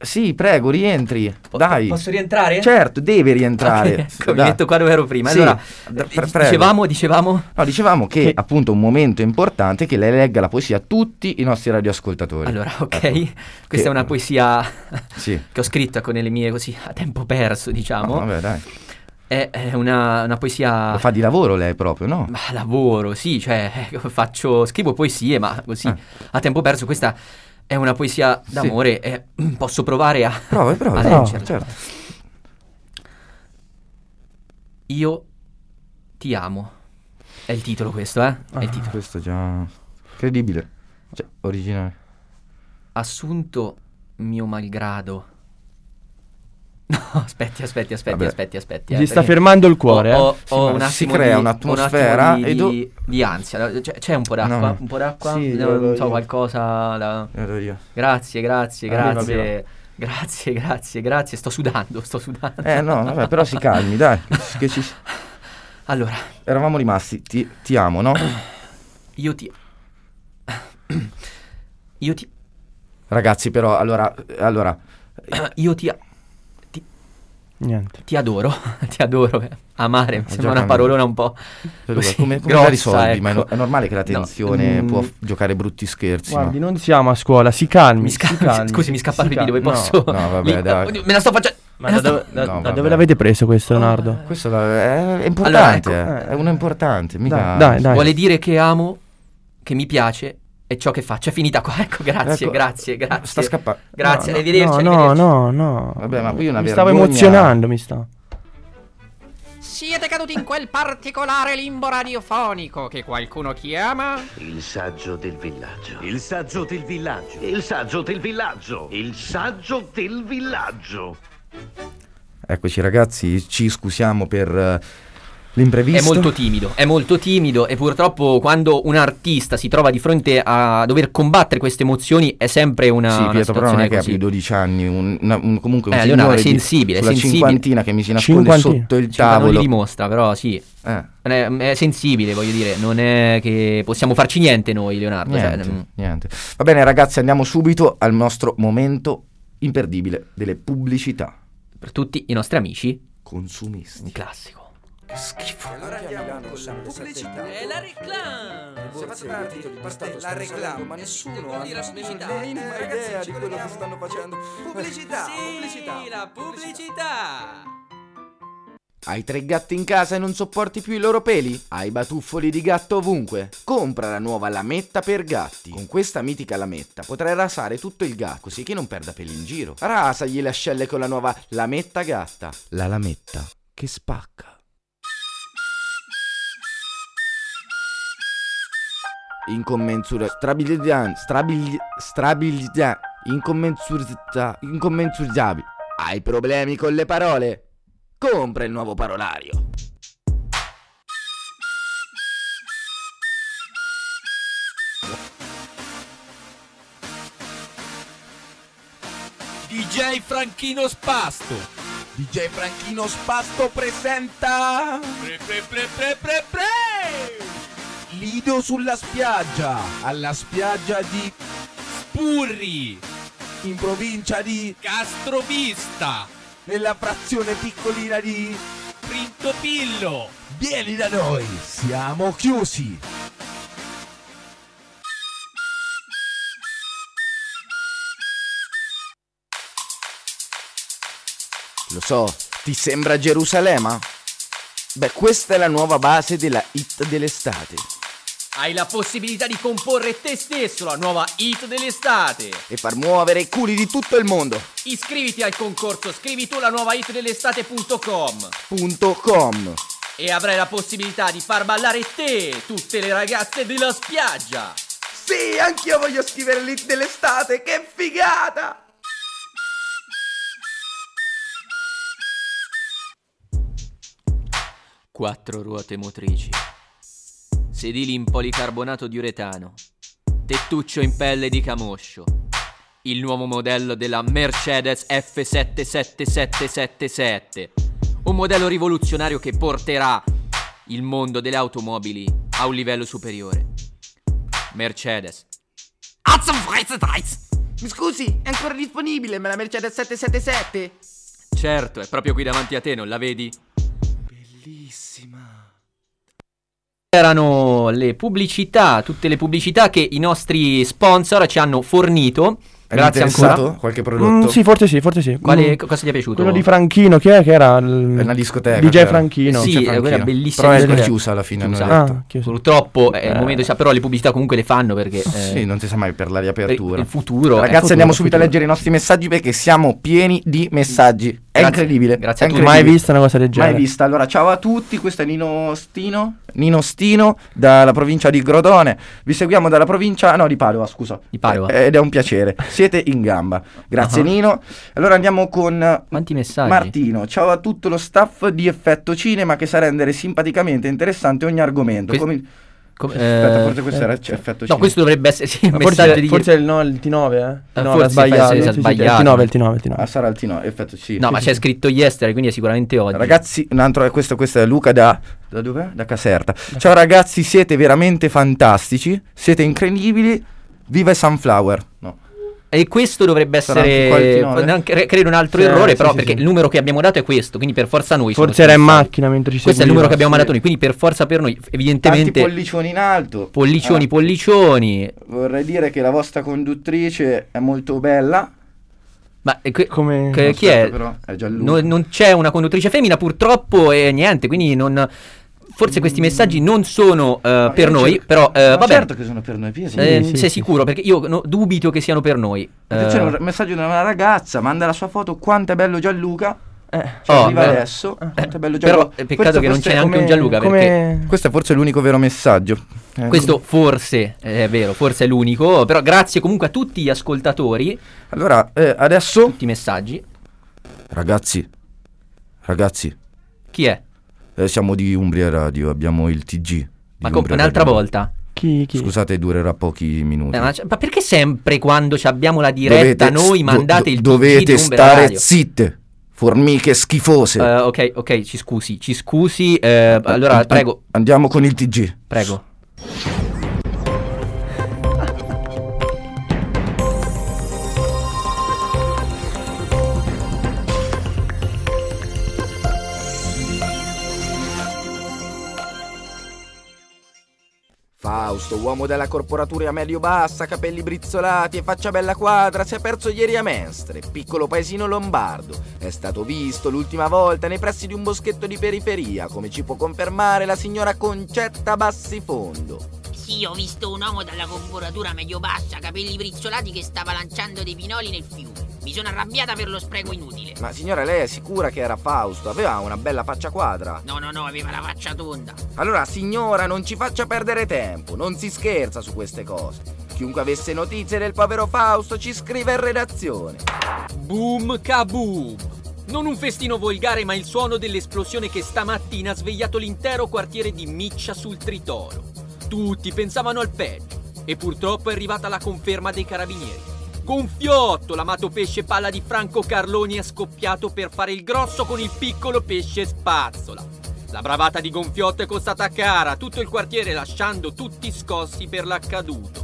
S1: Sì, prego, rientri. Dai.
S3: posso rientrare?
S1: Certo, deve rientrare.
S3: Ok, (laughs) ecco, mi
S1: Dai.
S3: metto qua dove ero prima.
S1: Sì,
S3: Allora,
S1: d-
S3: eh,
S1: pre-
S3: di-
S1: prego.
S3: dicevamo, dicevamo.
S1: No, dicevamo che, appunto un momento importante è che lei legga la poesia a tutti i nostri radioascoltatori.
S3: Allora, ok,
S1: Ecco.
S3: questa
S1: Che-
S3: è una poesia
S1: (laughs) Sì.
S3: che ho scritto con le mie così a tempo perso, diciamo.
S1: No, vabbè, dai.
S3: È, è una, una poesia
S1: Lo fa di lavoro lei proprio, no?
S3: Ma lavoro, sì, cioè (laughs) eh, faccio, scrivo poesie, ma così
S1: Ah.
S3: a tempo perso questa è una poesia d'amore e mm, posso provare a,
S1: Prova, prova,
S3: (laughs) a
S1: prova,
S3: leggerla.
S1: certo.
S3: Io ti amo. È il titolo questo, eh?
S1: Ah.
S3: È il titolo.
S1: Questo già... Credibile. Cioè, originale.
S3: (laughs) Assunto mio malgrado Aspetti, aspetti, aspetti,
S1: Vabbè.
S3: aspetti, aspetti.
S2: Gli
S3: eh,
S2: sta
S3: perché
S2: fermando il cuore,
S3: Ho,
S2: eh.
S3: ho-
S2: Sì,
S3: ho
S2: ma
S3: un
S2: si
S3: attimo
S2: crea
S3: di-
S2: un'atmosfera
S3: un attimo di,
S2: e do-
S3: di, ansia. C'è, c'è un po' d'acqua,
S1: No, no.
S3: un po' d'acqua.
S1: Sì,
S3: No,
S1: glielo do
S3: non so,
S1: io.
S3: qualcosa. da-
S1: Glielo do io.
S3: Grazie, grazie,
S1: Ah, beva,
S3: grazie.
S1: beva.
S3: Grazie, grazie, grazie. Sto sudando, sto sudando.
S1: Eh no, vabbè, però si calmi, dai. che- Che ci...
S3: Allora.
S1: Eravamo rimasti, ti, ti amo, no?
S3: Io ti. (clears throat) Io ti.
S1: Ragazzi, però, allora, allora,
S3: (clears throat) Io ti.
S2: Niente.
S3: Ti adoro, (laughs) ti adoro. eh. Amare, mi
S1: Ah, già
S3: sembra una
S1: cambiato.
S3: parolona un po'.
S1: Luca,
S3: così
S1: come,
S3: (laughs)
S1: come
S3: grossa,
S1: la risolvi? Ma è, no-
S3: ecco.
S1: è normale che la
S3: No.
S1: tensione
S2: Mm.
S1: può f- giocare brutti scherzi.
S2: Guardi, non siamo a scuola, si calmi. si
S3: (laughs)
S2: calmi,
S3: Scusi, mi
S2: si
S3: scappa il video,
S2: calmi.
S3: dove posso?
S1: no, vabbè, dai.
S3: Oddio, Me la sto facendo.
S2: Ma
S3: me
S2: da
S3: la sto-
S2: dove, da-
S1: No,
S2: da
S1: vabbè.
S2: dove l'avete preso questo, Leonardo?
S1: Questo la- è, è
S3: Allora,
S1: importante, eh,
S3: ecco.
S1: è uno importante. Mica...
S2: Dai, dai, dai.
S3: Vuole dire che amo, che mi piace e ciò che faccio. È finita qua. (laughs) Ecco, grazie,
S1: Ecco,
S3: grazie, grazie.
S1: sta scappando.
S3: Grazie,
S1: No, no,
S3: cioè, arrivederci.
S2: no,
S3: arrivederci.
S2: no, no.
S1: Vabbè, ma poi una
S2: mi stavo
S1: vergogna.
S2: emozionando, mi sta.
S14: Siete caduti in quel particolare limbo radiofonico che qualcuno chiama?
S13: Il saggio del villaggio. Il saggio del villaggio. Il saggio del villaggio. Il saggio del villaggio.
S1: Eccoci ragazzi, ci scusiamo per eh,
S3: È
S1: l'imprevisto.
S3: molto timido, è molto timido e purtroppo quando un artista si trova di fronte a dover combattere queste emozioni è sempre una,
S1: Sì,
S3: una
S1: Pietro, però non
S3: situazione
S1: è che ha
S3: così.
S1: più 12 anni, un, una- un- comunque un
S3: Eh,
S1: signore
S3: Leonardo, è
S1: di-
S3: sensibile,
S1: sulla
S3: sensibile.
S1: cinquantina che mi si nasconde
S2: Cinquantina.
S1: sotto il
S3: Cioè, non
S1: tavolo.
S3: li dimostra, però sì.
S1: Eh.
S3: È, è sensibile, voglio dire, non è che possiamo farci niente noi, Leonardo. cioè,
S1: Niente,
S3: mm.
S1: niente. Va bene ragazzi, andiamo subito al nostro momento imperdibile delle pubblicità.
S3: per tutti i nostri amici
S1: consumisti.
S3: Un classico.
S4: Schifo. Allora andiamo con la pubblicità. E la reclame. Si è fatto un articolo di parte la reclame, ma nessuno ha Certo, la Eh, pubblicità. idea di quello che stanno facendo. Pubblicità, pubblicità. la pubblicità.
S7: Hai tre gatti in casa e non sopporti più i loro peli? Hai batuffoli di gatto ovunque? Compra la nuova lametta per gatti. Con questa mitica lametta potrai rasare tutto il gatto, così che non perda peli in giro. Rasagli le ascelle con la nuova lametta gatta. La lametta che spacca. Incommensura strabilizzante strabili strabilizzante incommensurita incommensurizzabile. Hai problemi con le parole? Compra il nuovo parolario.
S15: DJ Franchino Spasto. DJ Franchino Spasto presenta. Pre pre pre pre pre pre. Lido sulla spiaggia, alla spiaggia di Spurri, in provincia di Castrovista, nella frazione piccolina di Printopillo. Vieni da noi, siamo chiusi.
S7: Lo so, ti sembra Gerusalema? Beh, questa è la nuova base della hit dell'estate.
S3: Hai la possibilità di comporre te stesso la nuova hit dell'estate.
S7: E far muovere i culi di tutto il mondo.
S3: Iscriviti al concorso, scrivi tu la nuova hit dell'estate.com
S7: Punto com.
S3: e avrai la possibilità di far ballare te, tutte le ragazze della spiaggia.
S15: Sì, anch'io voglio scrivere l'hit dell'estate, che figata!
S3: Quattro ruote motrici. Sedili in policarbonato di uretano. Tettuccio in pelle di camoscio. Il nuovo modello della Mercedes F77777. Un modello rivoluzionario che porterà il mondo delle automobili a un livello superiore. Mercedes.
S13: Mi scusi, è ancora disponibile ma la Mercedes 777?
S3: Certo, è proprio qui davanti a te, non la vedi?
S13: Bellissima.
S3: erano le pubblicità, tutte le pubblicità che i nostri sponsor ci hanno fornito.
S1: È
S3: Grazie
S1: interessato
S3: ancora.
S1: qualche
S2: Mm, sì, forse sì, forse sì.
S3: Quale-
S2: Mm.
S3: co- cosa ti è piaciuto?
S2: Quello di Franchino, chi è che era? Il...
S1: È una discoteca,
S2: DJ
S1: quella.
S2: Franchino.
S1: Sì,
S3: Sì,
S1: C'è
S3: eh, quella
S1: Franchino.
S3: bellissima.
S1: Eh, Però è
S3: discoteca.
S1: chiusa alla fine, hanno
S3: Chiusa.
S1: detto.
S2: Ah, chiusa.
S3: Purtroppo è il
S1: Eh.
S3: momento, sa- però le pubblicità comunque le fanno perché... eh,
S1: (laughs) Sì, non si sa mai per la riapertura.
S3: il
S2: eh,
S3: futuro.
S1: Ragazzi,
S3: è futuro,
S1: andiamo
S3: è
S1: subito a
S3: futuro.
S1: leggere i nostri messaggi perché siamo pieni di messaggi. È
S3: Grazie.
S1: incredibile.
S3: Grazie
S1: è
S3: a tutti.
S1: incredibile.
S2: Mai vista una cosa del genere.
S1: Mai vista. Allora, ciao a tutti. Questo è Nino Stino. Nino Stino dalla provincia di Grodone. Vi seguiamo dalla provincia, no, di Padova, scusa.
S3: Di Padova.
S1: Eh, Ed è un piacere. siete in gamba. Grazie
S3: Ah.
S1: Nino. Allora andiamo con
S3: Quanti messaggi?
S1: Martino. Ciao a tutto lo staff di Effetto Cinema che sa rendere simpaticamente interessante ogni argomento.
S3: Que-
S1: Come-
S3: come-
S1: Aspetta,
S3: eh,
S1: forse questo era
S3: eh,
S1: c- Effetto
S3: no,
S1: Cinema.
S3: questo dovrebbe essere- sì, il messaggio
S2: Forse,
S3: di-
S2: forse è il, no, il T9, eh?
S3: Eh,
S2: No,
S3: forse
S2: l'ha sbagliato.
S3: si è
S2: Sì, sì, sì, il
S3: sbagliato.
S2: T9, il T9, il T9.
S1: Ah, sarà il Tino, Effetto Cinema.
S3: No, ma c'è scritto yesterday, quindi è sicuramente oggi.
S1: Ragazzi, un altro, eh, questo, questo è Luca da, da dov'è? Da Caserta. Ciao ragazzi, siete veramente fantastici, siete incredibili, viva i Sunflower. No.
S3: E questo dovrebbe
S1: Sarà anche qua il
S3: essere,
S1: finale?
S3: neanche- re- credo, un altro
S1: Sì,
S3: errore,
S1: sì,
S3: però,
S1: sì,
S3: perché
S1: sì.
S3: il numero che abbiamo dato è questo, quindi per forza noi.
S2: Forse
S3: sono
S2: era in
S3: stressati.
S2: macchina mentre ci
S3: Questo è il numero
S2: seguiva,
S3: che abbiamo
S2: sì.
S3: mandato noi, quindi per forza per noi,
S1: Tanti
S3: evidentemente.
S1: pollicioni in alto.
S3: Pollicioni,
S1: Eh,
S3: pollicioni.
S1: vorrei dire che la vostra conduttrice è molto bella.
S3: Ma eh, que-
S2: Come...
S3: che- chi
S1: Aspetta,
S3: è?
S1: però, è Gianluca.
S3: Non, non c'è una conduttrice femmina, purtroppo, e niente, quindi non. Forse questi messaggi non sono eh, per
S1: Mm. io
S3: noi,
S1: cerco-
S3: però eh,
S1: Ma
S3: va bene.
S1: certo che sono per noi, Pier, sì.
S3: Eh,
S1: Sì, sì, sì,
S3: sei sicuro? Perché io no- dubito che siano per noi.
S1: Attenzione,
S3: Eh,
S1: un messaggio di una ragazza, manda la sua foto, quanto è bello Gianluca. Ci
S3: oh,
S1: arriva
S3: beh.
S1: adesso. Quanto è bello
S3: Eh,
S1: Gianluca.
S3: però, eh, peccato che non
S1: forse
S3: c'è neanche un Gianluca, perché-
S1: Questo è forse l'unico vero messaggio. Eh,
S3: Questo forse eh, è vero, forse è l'unico, però grazie comunque a tutti gli ascoltatori.
S1: Allora, eh, adesso...
S3: Tutti i messaggi.
S1: Ragazzi, ragazzi,
S3: Chi è?
S1: eh, siamo di Umbria Radio, abbiamo il TG. di
S3: Ma co-
S1: Umbria
S3: un'altra
S1: Radio.
S3: volta.
S2: Chi,
S1: Scusate, durerà pochi minuti.
S3: Eh, ma, c- ma perché sempre quando ci abbiamo la diretta
S1: Dovete-
S3: noi
S1: do-
S3: mandate
S1: do-
S3: il
S1: Dovete
S3: TG di Umbria
S1: stare
S3: Radio?
S1: zitte, formiche schifose.
S3: Eh, ok, ok, ci scusi, ci scusi. eh, allora,
S1: An-
S3: prego,
S1: Andiamo con il TG.
S3: prego.
S7: Fausto, uomo della corporatura medio-bassa, capelli brizzolati e faccia bella quadra, si è perso ieri a Mestre, piccolo paesino lombardo. È stato visto l'ultima volta nei pressi di un boschetto di periferia, come ci può confermare la signora Concetta Bassifondo.
S16: Sì, ho visto un uomo dalla corporatura medio-bassa, capelli brizzolati che stava lanciando dei pinoli nel fiume. Mi sono arrabbiata per lo spreco inutile.
S7: Ma signora, lei è sicura che era Fausto? Aveva una bella faccia quadra?
S16: No, no, no, aveva la faccia tonda.
S7: Allora, signora, non ci faccia perdere tempo, non si scherza su queste cose. Chiunque avesse notizie del povero Fausto ci scrive in redazione.
S17: Boom kaboom! Non un festino volgare, ma il suono dell'esplosione che stamattina ha svegliato l'intero quartiere di Miccia sul Tritoro. Tutti pensavano al peggio e purtroppo è arrivata la conferma dei carabinieri. Con Fiotto, l'amato pesce palla di Franco Carloni è scoppiato per fare il grosso con il piccolo pesce spazzola. La bravata di Gonfiotto è costata cara, tutto il quartiere lasciando tutti scossi per l'accaduto.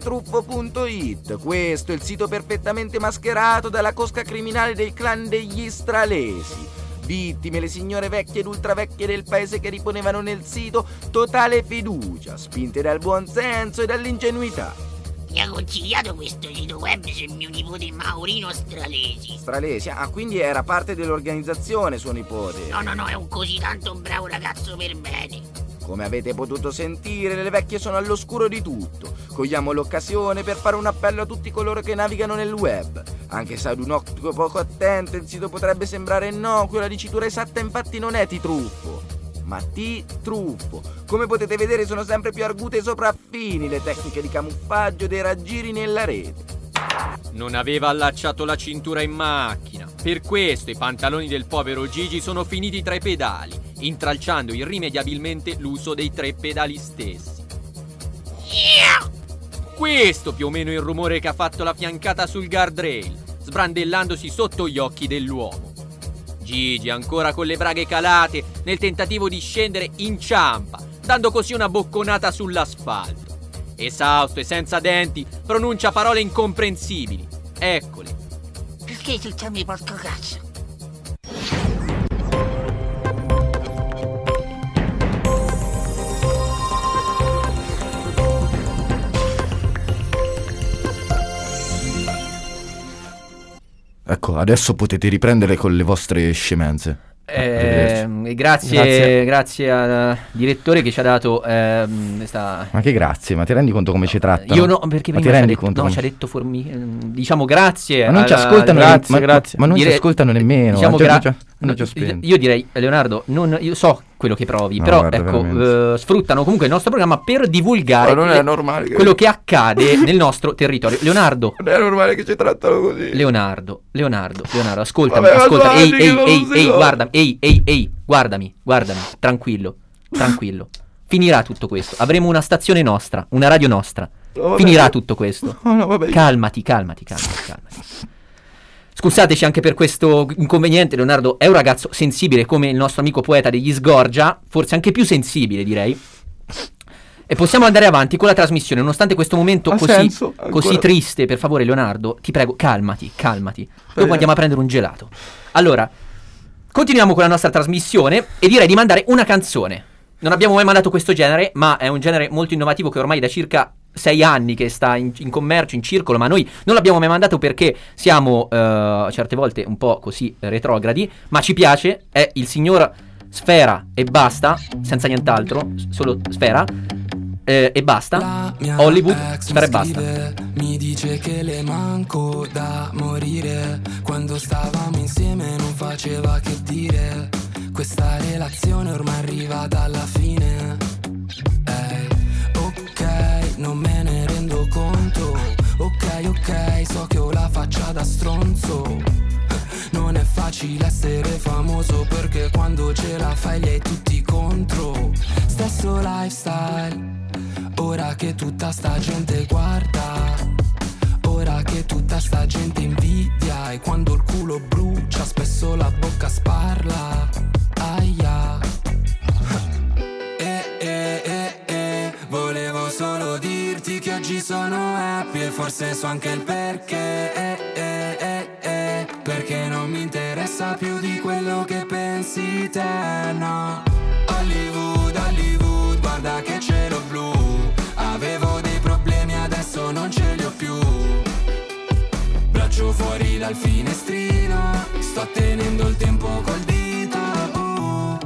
S7: www.titruffo.it Questo è il sito perfettamente mascherato dalla cosca criminale dei clan degli stralesi. Vittime le signore vecchie ed ultravecchie del paese che riponevano nel sito totale fiducia, spinte dal buonsenso e dall'ingenuità.
S16: Mi ha consigliato questo sito web se mio nipote Maurino Stralesi.
S7: Stralesi, ah, quindi era parte dell'organizzazione suo nipote.
S16: No, no, no, è un così tanto bravo ragazzo per bene.
S7: Come avete potuto sentire, le vecchie sono all'oscuro di tutto. Cogliamo l'occasione per fare un appello a tutti coloro che navigano nel web. Anche se ad un occhio poco attento il sito potrebbe sembrare innocuo, la dicitura esatta infatti non è titruffo, ma T-truffo. Come potete vedere sono sempre più argute e sopraffini le tecniche di camuffaggio dei raggiri nella rete.
S17: Non aveva allacciato la cintura in macchina. Per questo i pantaloni del povero Gigi sono finiti tra i pedali, intralciando irrimediabilmente l'uso dei tre pedali stessi. Questo più o meno è il rumore che ha fatto la fiancata sul guardrail, sbrandellandosi sotto gli occhi dell'uomo. Gigi, ancora con le braghe calate, nel tentativo di scendere, inciampa, dando così una bocconata sull'asfalto. Esausto e senza denti, pronuncia parole incomprensibili. Eccole.
S16: Perché tu chiami porco cazzo?
S1: Ecco, adesso potete riprendere con le vostre scemenze.
S3: Eh, grazie, grazie, al direttore che ci ha dato ehm, questa.
S1: Ma che grazie, ma ti rendi conto come ci tratta?
S3: Io no, perché
S1: ma
S3: prima
S1: ti
S3: ci ha
S1: rendi
S3: detto,
S1: conto?
S3: no,
S1: come
S3: ci ha
S1: ci-
S3: detto formi- ehm, diciamo grazie.
S1: Ma non ci
S3: alla-
S1: ascoltano,
S3: alla-
S1: ma- ma- ma non ci
S3: Dire-
S1: ascoltano nemmeno,
S3: Diciamo
S1: cioè,
S3: gra-
S1: non ci- non ci ho
S3: io-
S1: spento.
S3: Io direi, Leonardo, non, io so quello che provi,
S1: No,
S3: però
S1: guarda,
S3: ecco,
S1: veramente.
S3: eh, sfruttano comunque il nostro programma per divulgare
S1: Ma non è
S3: le-
S1: normale che-
S3: quello che accade nel nostro territorio. Leonardo.
S1: Non è normale che ci trattano così.
S3: Leonardo, Leonardo, Leonardo, ascoltami,
S1: Vabbè, ma
S3: ascolta,
S1: guardi
S3: ehi,
S1: che
S3: ehi,
S1: non
S3: ehi,
S1: si
S3: ehi,
S1: può.
S3: guardami, ehi, ehi, ehi, guardami, guardami, tranquillo, tranquillo. Finirà tutto questo, avremo una stazione nostra, una radio nostra.
S1: No, vabbè.
S3: Finirà tutto questo.
S1: No, no, vabbè.
S3: Calmati, calmati, calmati, calmati. Scusateci anche per questo inconveniente, Leonardo è un ragazzo sensibile come il nostro amico poeta degli Sgorgia, forse anche più sensibile direi. E possiamo andare avanti con la trasmissione, nonostante questo momento
S1: Ha
S3: così,
S1: senso? Ancora-
S3: così triste. Per favore, Leonardo, ti prego, calmati, calmati. Dopo
S1: Bene.
S3: andiamo a prendere un gelato. Allora, continuiamo con la nostra trasmissione e direi di mandare una canzone. Non abbiamo mai mandato questo genere, ma è un genere molto innovativo che ormai da circa sei anni che sta in, in commercio, in circolo, ma noi non l'abbiamo mai mandato perché siamo eh, certe volte un po' così eh, retrogradi, ma ci piace, è il signor Sfera e basta, senza nient'altro, s- solo Sfera eh, e basta,
S18: mia
S3: Hollywood,
S18: ex
S3: Sfera e
S18: mi
S3: basta.
S18: scrive, Mi dice che le manco da morire. Quando stavamo insieme non faceva che dire. Questa relazione ormai arrivata alla fine. Ehi, ok, non me ne rendo conto. Ok, ok, so che ho la faccia da stronzo. Non è facile essere famoso perché quando ce la fai li hai tutti contro. Stesso lifestyle. Ora che tutta sta gente guarda Ora che tutta sta gente invidia E quando il culo brucia spesso la bocca sparla Aia Eh eh eh eh Volevo solo dirti che oggi sono happy E forse so anche il perché Eh eh eh eh Perché non mi interessa più di quello che pensi te No Hollywood, Hollywood, guarda che cielo blu Avevo dei problemi, adesso non ce li ho più Braccio fuori dal finestrino Sto tenendo il tempo col dito oh.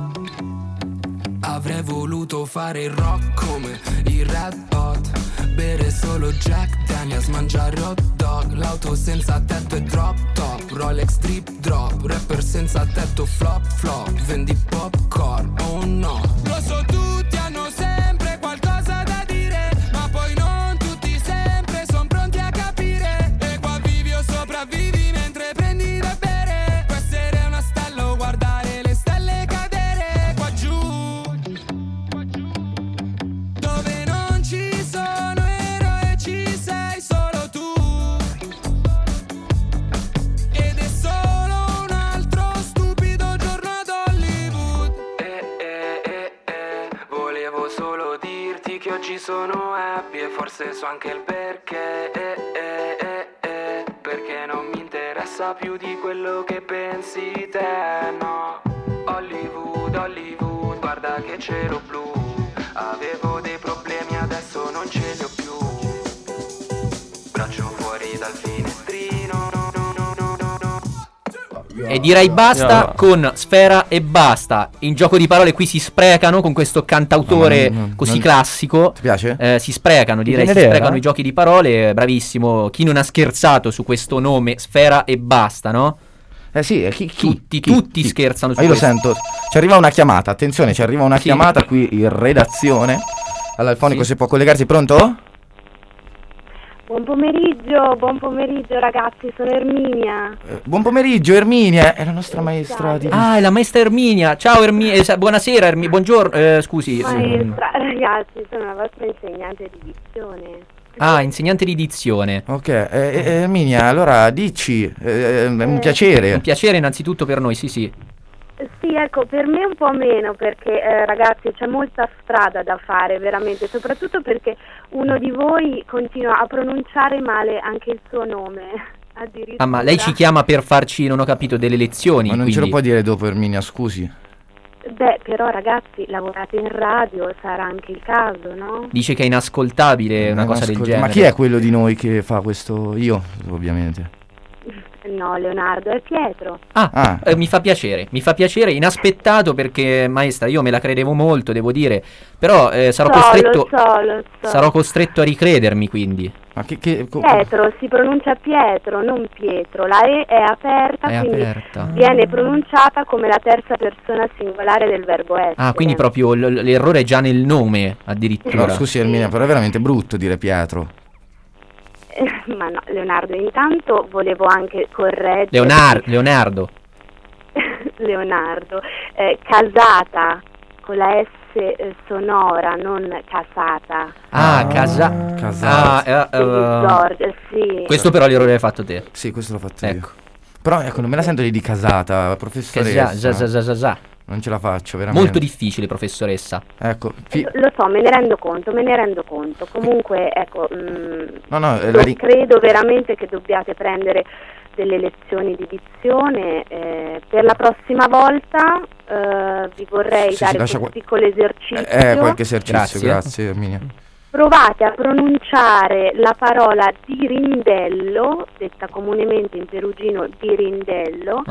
S18: Avrei voluto fare il rock come il Red Hot Bere solo Jack Daniels, mangiare hot dog L'auto senza tetto e drop top Rolex drip drop Rapper senza tetto flop flop Vendi popcorn, oh no
S4: Lo so tutti hanno sempre qualcosa da dire, ma poi non tutti sempre sono pronti a capire. E qua vivi o sopravvivi mentre prendi da bere. Può essere un astello, guardare le stelle cadere qua giù. Dove non ci sono eroi, ci sei solo tu. Ed è solo un altro stupido giorno ad Hollywood.
S18: Eh, Volevo solo dirti che oggi sono happy e forse so anche il perché. eh, eh, eh, eh, perché non mi interessa più di quello che pensi te, no. Hollywood, Hollywood, guarda che cielo blu. Avevo dei problemi, adesso non ce li ho più. Braccio fuori dal finestrino.
S3: E direi basta con Sfera e basta. In gioco di parole qui si sprecano con questo cantautore
S1: No, no, no,
S3: così
S1: non-
S3: classico. Ti
S1: piace?
S3: si sprecano,
S1: Di
S3: direi, si
S1: genere era?
S3: sprecano i giochi di parole. Bravissimo. Chi non ha scherzato su questo nome, Sfera e basta, no?
S1: Eh sì, chi,
S3: tutti, tutti scherzano su
S1: Ah, io lo
S3: questo.
S1: sento. Ci arriva una chiamata, attenzione, ci arriva una
S3: Sì.
S1: chiamata qui in redazione. All'Alfonico
S3: Sì.
S1: se può collegarsi, pronto?
S19: Buon pomeriggio, buon pomeriggio ragazzi, sono Erminia.
S1: Eh, Buon pomeriggio Erminia, è la nostra maestra di...
S3: Ah, è la maestra Erminia. Ciao Erminia, buonasera Erminia, buongiorno. eh, scusi. mm.
S19: Maestra, (laughs) ragazzi, sono la vostra insegnante di dizione.
S3: Ah, insegnante di dizione.
S1: Ok, eh, eh, Erminia, allora dici, eh, è un piacere.
S3: Un piacere innanzitutto per noi, sì sì.
S19: Sì, ecco, per me un po' meno perché eh, ragazzi c'è molta strada da fare veramente, soprattutto perché uno di voi continua a pronunciare male anche il suo nome. (laughs) Addirittura.
S3: Ah, ma lei ci chiama per farci, non ho capito, delle lezioni.
S1: Ma non ce
S3: quindi.
S1: lo puoi dire dopo Erminia, scusi.
S19: Beh, però ragazzi, lavorate in radio, sarà anche il caso, no?
S3: Dice che è
S1: Eh,
S3: inascoltabile, una cosa del
S1: Ascolta,
S3: genere.
S1: Ma chi è quello di noi che fa questo? Io, ovviamente.
S19: No, Leonardo, è Pietro.
S3: Ah, eh, mi fa piacere, mi fa piacere, inaspettato perché maestra io me la credevo molto, devo dire, però eh, sarò,
S19: So, lo
S3: costretto,
S19: so, lo so. Eh,
S3: sarò costretto a ricredermi quindi.
S1: Ma che... che
S19: Pietro, si pronuncia Pietro, non Pietro. La E è aperta,
S3: È
S19: quindi
S3: aperta.
S19: viene pronunciata come la terza persona singolare del verbo essere.
S3: Ah, quindi proprio l- l- l'errore è già nel nome addirittura.
S1: No, scusi Erminia, però è veramente brutto dire Pietro.
S19: Eh, (laughs) Ma no, Leonardo, intanto volevo anche correggere
S3: Leonar- Leonardo.
S19: (laughs) Leonardo, eh, casata con la S eh, sonora, non casata.
S3: Ah, casa... Ah, eh, eh,
S19: Giorgio, sì.
S3: questo però l'errore l'hai fatto te.
S1: Sì, questo l'ho fatto io. Però ecco, non me la sento di di casata, professoressa.
S3: Casà, già, già, già, già, già.
S1: Non ce la faccio, veramente.
S3: Molto difficile, professoressa.
S1: Ecco, fi-
S19: Lo so, me ne rendo conto, me ne rendo conto. Comunque, ecco, mm,
S1: no, no, eh,
S19: io
S1: la ri-
S19: credo veramente che dobbiate prendere delle lezioni di dizione. eh, per la prossima volta eh, vi vorrei
S1: Sì, sì,
S19: dare
S1: lascia
S19: un
S1: qua-
S19: piccolo esercizio.
S1: eh, qualche esercizio,
S3: Grazie.
S1: grazie Erminia.
S19: Provate a pronunciare la parola dirindello, detta comunemente in perugino dirindello,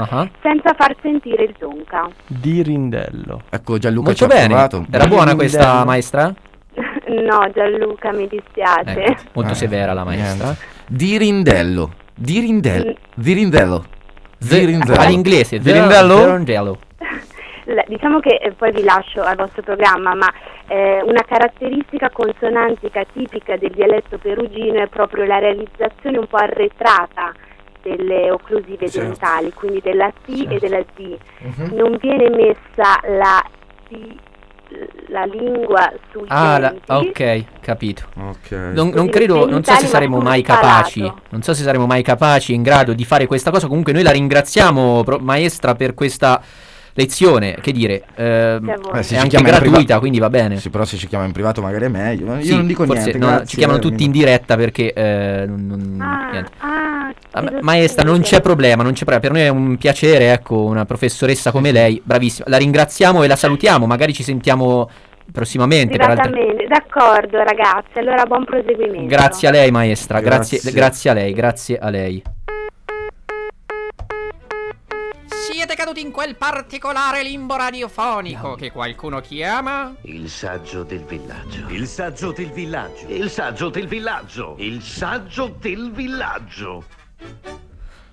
S19: senza far sentire il tonca.
S2: Di Rindello.
S1: Ecco, Gianluca
S2: Molto
S1: ci ha
S2: bene.
S1: provato.
S2: Era buona questa,
S3: maestra?
S19: (laughs) No, Gianluca, mi dispiace.
S3: Ecco, Molto severa la maestra.
S1: Ecco. Eh, Dirindello. Dirindello. Dirindello.
S3: Ze-
S1: Dirindello.
S3: All'inglese.
S1: Dirindello?
S3: Dirindello.
S19: La- Diciamo che eh, poi vi lascio al vostro programma, ma eh, una caratteristica consonantica tipica del dialetto perugino è proprio la realizzazione un po' arretrata delle occlusive
S20: Certo.
S19: dentali, quindi della T e
S20: Certo.
S19: della D.
S3: Mhm.
S19: Non viene messa la T, la lingua sui
S3: Ah, la-
S19: denti.
S3: ok, capito. Non, non
S19: Quindi
S3: credo, non so
S19: genitali,
S3: se
S19: ma
S3: saremo
S19: come
S3: mai
S19: sparato.
S3: capaci. Non so se saremo mai capaci in grado di fare questa cosa. Comunque, noi la ringraziamo, pro- maestra, per questa lezione. Che dire, ehm,
S1: Grazie a voi. Eh, se ci
S3: è anche
S1: chiama in
S3: gratuita,
S1: privato-
S3: quindi va bene.
S1: Sì, però se ci chiama in privato magari è meglio. ma Io
S3: Sì,
S1: non dico
S3: forse
S1: niente.
S3: no,
S1: grazie,
S3: ci chiamano tutti in
S1: Erminia.
S3: diretta perché eh, non- non- niente.
S19: Ah,
S3: Ah, ma-
S19: chiedo
S3: Maestra, non c'è problema, non c'è problema. Per noi è un piacere, ecco, una professoressa come lei, bravissima. La ringraziamo e la salutiamo. Magari ci sentiamo prossimamente. per altre-
S19: Privatamente, d'accordo ragazzi, allora buon proseguimento.
S3: Grazie a lei, maestra. Grazie,
S14: Grazie.
S3: grazie a lei, grazie a lei.
S14: Siete caduti in quel particolare limbo radiofonico che qualcuno chiama?
S13: Il saggio del villaggio. Il saggio del villaggio. Il saggio del villaggio. Il saggio del villaggio.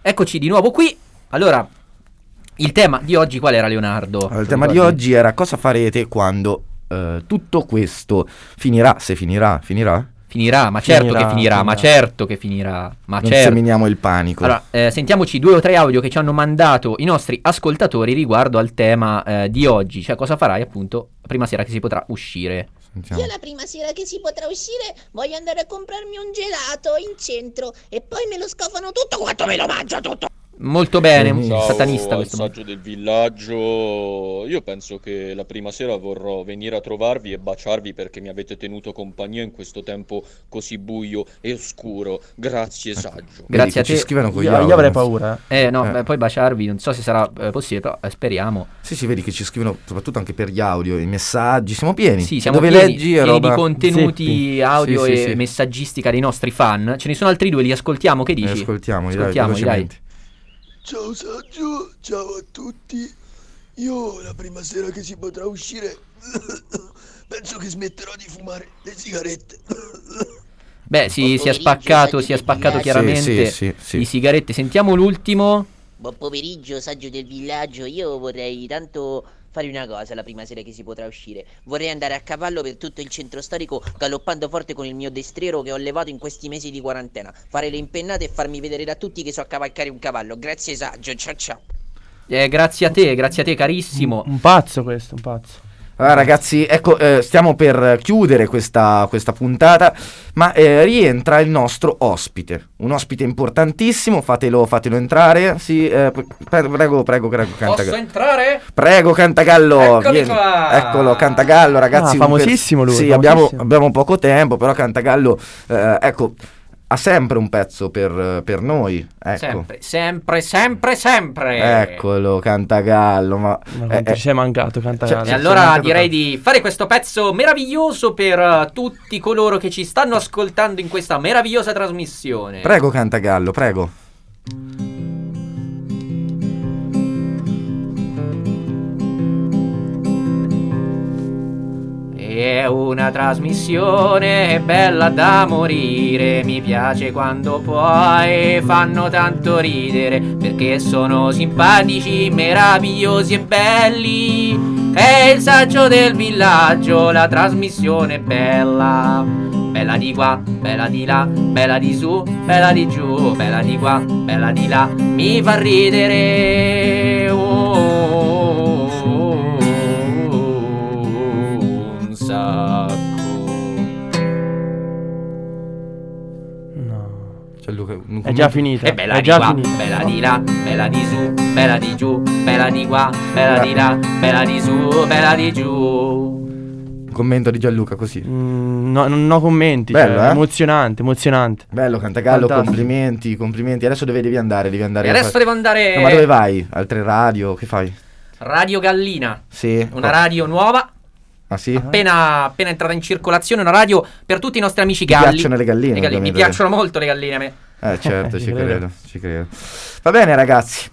S3: Eccoci di nuovo qui. Allora, il tema di oggi qual era, Leonardo?
S1: Allora, il tema di oggi era cosa farete quando eh, tutto questo finirà, se finirà, finirà?
S3: Finirà, ma certo che finirà, ma certo che finirà, ma
S1: non
S3: certo.
S1: seminiamo il panico.
S3: Allora, eh, sentiamoci due o tre audio che ci hanno mandato i nostri ascoltatori riguardo al tema eh, di oggi, cioè cosa farai appunto prima sera che si potrà uscire.
S21: Io la prima sera che si potrà uscire voglio andare a comprarmi un gelato in centro e poi me lo scofano tutto quanto me lo mangio tutto.
S3: Molto bene,
S22: Ciao
S3: satanista
S22: al
S3: questo.
S22: saggio del villaggio. Io penso che la prima sera vorrò venire a trovarvi e baciarvi perché mi avete tenuto compagnia in questo tempo così buio e oscuro. Grazie, saggio.
S3: Ecco. Grazie a te.
S1: gli audio.
S2: avrei paura,
S3: Eh no,
S1: Eh.
S3: beh, poi baciarvi, non so se sarà eh, possibile, però eh, speriamo.
S1: Sì, sì, vedi che ci scrivono soprattutto anche per gli audio, i messaggi, siamo pieni.
S3: Sì, siamo
S1: Dove
S3: pieni,
S1: leggi è
S3: pieni
S1: roba-
S3: di contenuti
S1: Zeppi.
S3: audio
S1: Sì,
S3: e
S1: sì, sì.
S3: messaggistica dei nostri fan. Ce ne sono altri due, li ascoltiamo, che dici?
S1: ascoltiamoli, dai,
S3: ascoltiamoli, dai.
S1: velocemente.
S23: Ciao Saggio, ciao a tutti. Io la prima sera che si potrà uscire (coughs) penso che smetterò di fumare le sigarette.
S3: Beh, si, si è spaccato, si è spaccato
S21: Sì,
S3: chiaramente
S1: sì, sì, sì.
S3: di sigarette. Sentiamo l'ultimo.
S21: Buon pomeriggio, saggio del villaggio. Io vorrei tanto fare una cosa la prima sera che si potrà uscire. Vorrei andare a cavallo per tutto il centro storico, galoppando forte con il mio destriero che ho levato in questi mesi di quarantena. Fare le impennate e farmi vedere da tutti che so cavalcare un cavallo. Grazie, saggio. Ciao ciao.
S3: Eh, grazie a te, grazie a te carissimo.
S2: un pazzo questo, un pazzo.
S1: Allora, ragazzi, ecco, eh, stiamo per chiudere questa, questa puntata, ma eh, rientra il nostro ospite, un ospite importantissimo, fatelo, fatelo entrare, sì, eh, pre- prego, prego, prego,
S11: Posso
S1: Cantagallo.
S11: entrare?
S1: Prego Cantagallo,
S11: Eccomi
S1: vieni.
S11: qua.
S1: eccolo Cantagallo ragazzi.
S2: Ah,
S1: un
S2: famosissimo lui,
S1: Sì,
S2: famosissimo.
S1: Abbiamo, abbiamo poco tempo, però Cantagallo, eh, ecco, ha sempre un pezzo per, per noi. Ecco. Eh,
S11: Sempre, sempre, sempre, sempre.
S1: Eccolo Cantagallo, ma... eh,
S2: quanto ci sei mancato Cantagallo.
S1: cioè,
S11: E allora direi di fare questo pezzo meraviglioso per eh, tutti coloro che ci stanno ascoltando in questa meravigliosa trasmissione.
S1: Prego Cantagallo, prego.
S3: Che è una trasmissione bella da morire. Mi piace quando poi fanno tanto ridere. Perché sono simpatici, meravigliosi e belli. È il saggio del villaggio, la trasmissione bella. Bella di qua, bella di là, bella di su, bella di giù, bella di qua, bella di là. Mi fa ridere. un sacco.
S1: Cioè, Luca,
S2: È già finita.
S3: E Eh, bella
S2: è
S3: di
S2: già
S3: qua,
S2: finita.
S3: bella di là, bella di su, bella di giù, bella di qua, bella di là, bella di su, bella di giù.
S1: Commento di Gianluca così.
S2: no, non ho commenti.
S1: Mm, Bello,
S2: cioè,
S1: eh?
S2: Emozionante, emozionante.
S1: Bello, Cantagallo,
S2: Fantastico.
S1: complimenti, complimenti. Adesso dove devi andare? Devi andare
S2: E adesso
S1: fare-
S2: devo
S3: Eh,
S2: andare-
S1: No, ma dove vai? Altre radio? Che fai?
S3: Radio Gallina,
S1: Sì.
S3: una radio nuova,
S1: Oh. Ah sì?
S3: appena, appena entrata in circolazione, una radio per tutti i nostri amici
S1: Ti
S3: galli.
S1: piacciono le galline,
S3: Le galline. Mi
S1: ovviamente.
S3: piacciono molto le galline a me.
S1: Eh certo,
S2: (laughs)
S1: ci
S3: Credo.
S1: credo, ci credo. Va bene ragazzi.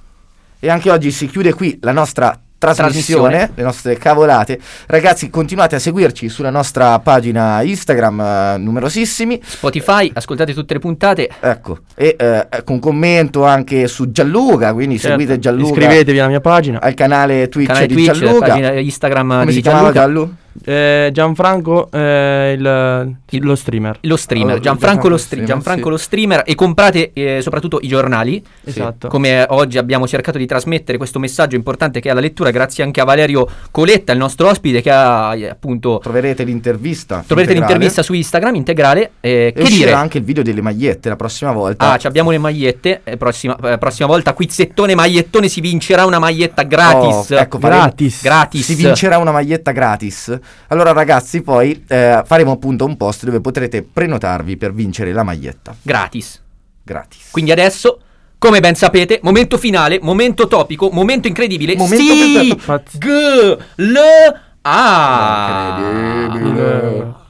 S1: E anche oggi si chiude qui la nostra trasmissione,
S3: Trasmissione.
S1: le nostre cavolate. Ragazzi, continuate a seguirci sulla nostra pagina Instagram, eh, numerosissimi.
S3: Spotify, ascoltate tutte le puntate.
S1: Ecco, e eh, con commento anche su Gianluca, quindi
S2: Certo.
S1: seguite Gianluca.
S2: Iscrivetevi alla mia pagina.
S1: Al canale Twitch
S2: Canale
S1: cioè, di
S2: Twitch,
S1: Gianluca.
S2: pagina Instagram
S1: Come
S2: di
S1: si chiamava
S2: Gianluca?
S1: Gianlu?
S2: Eh, Gianfranco, eh, il- lo streamer.
S3: Lo
S1: Oh,
S3: streamer, Gianfranco, lo, stre- Gianfranco lo streamer e comprate eh, soprattutto i giornali.
S2: Esatto.
S3: Come oggi abbiamo cercato di trasmettere questo messaggio importante che è la lettura grazie anche a Valerio Coletta, il nostro ospite che ha eh, appunto
S1: troverete l'intervista.
S3: Troverete
S1: integrale.
S3: l'intervista su Instagram integrale eh,
S1: E
S3: che
S1: uscirà
S3: dire?
S1: anche il video delle magliette la prossima volta.
S3: Ah, ci abbiamo le magliette. eh, prossima, eh, prossima volta, quizzettone, magliettone. Si vincerà una maglietta gratis.
S1: Oh, ecco, faremo- Si vincerà una maglietta gratis. Allora, ragazzi, poi eh, faremo appunto un post dove potrete prenotarvi per vincere la maglietta.
S3: gratis.
S1: Gratis.
S3: Quindi adesso, come ben sapete, momento finale, momento topico, momento incredibile.
S1: Momento
S3: sì,
S1: perfetto.
S3: G, L, A.
S2: Eh,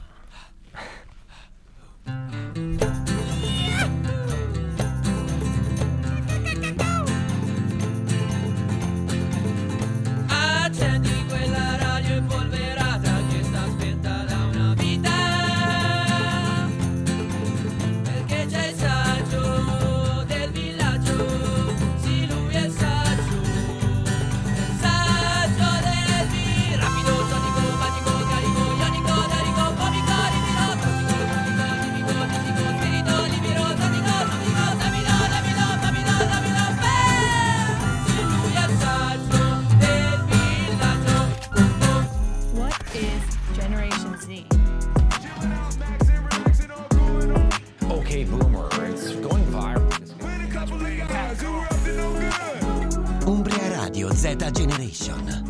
S4: Accendi quella radio impolverata che sta spenta da una vita Perché c'è il saggio del villaggio Sì lui è il saggio È il saggio del villaggio Rapido, sonico, fatico, carico, ionico, darico, comico, ritiro Tossico, tonico, timico, tessico, spirito, libero, tonico, tonico Damilo, damilo, damilo, damilo, beh Sì lui è il saggio del villaggio
S24: What is Generation Z?
S25: Okay, boomer, it's going viral.
S13: Umbria Radio Z Generation.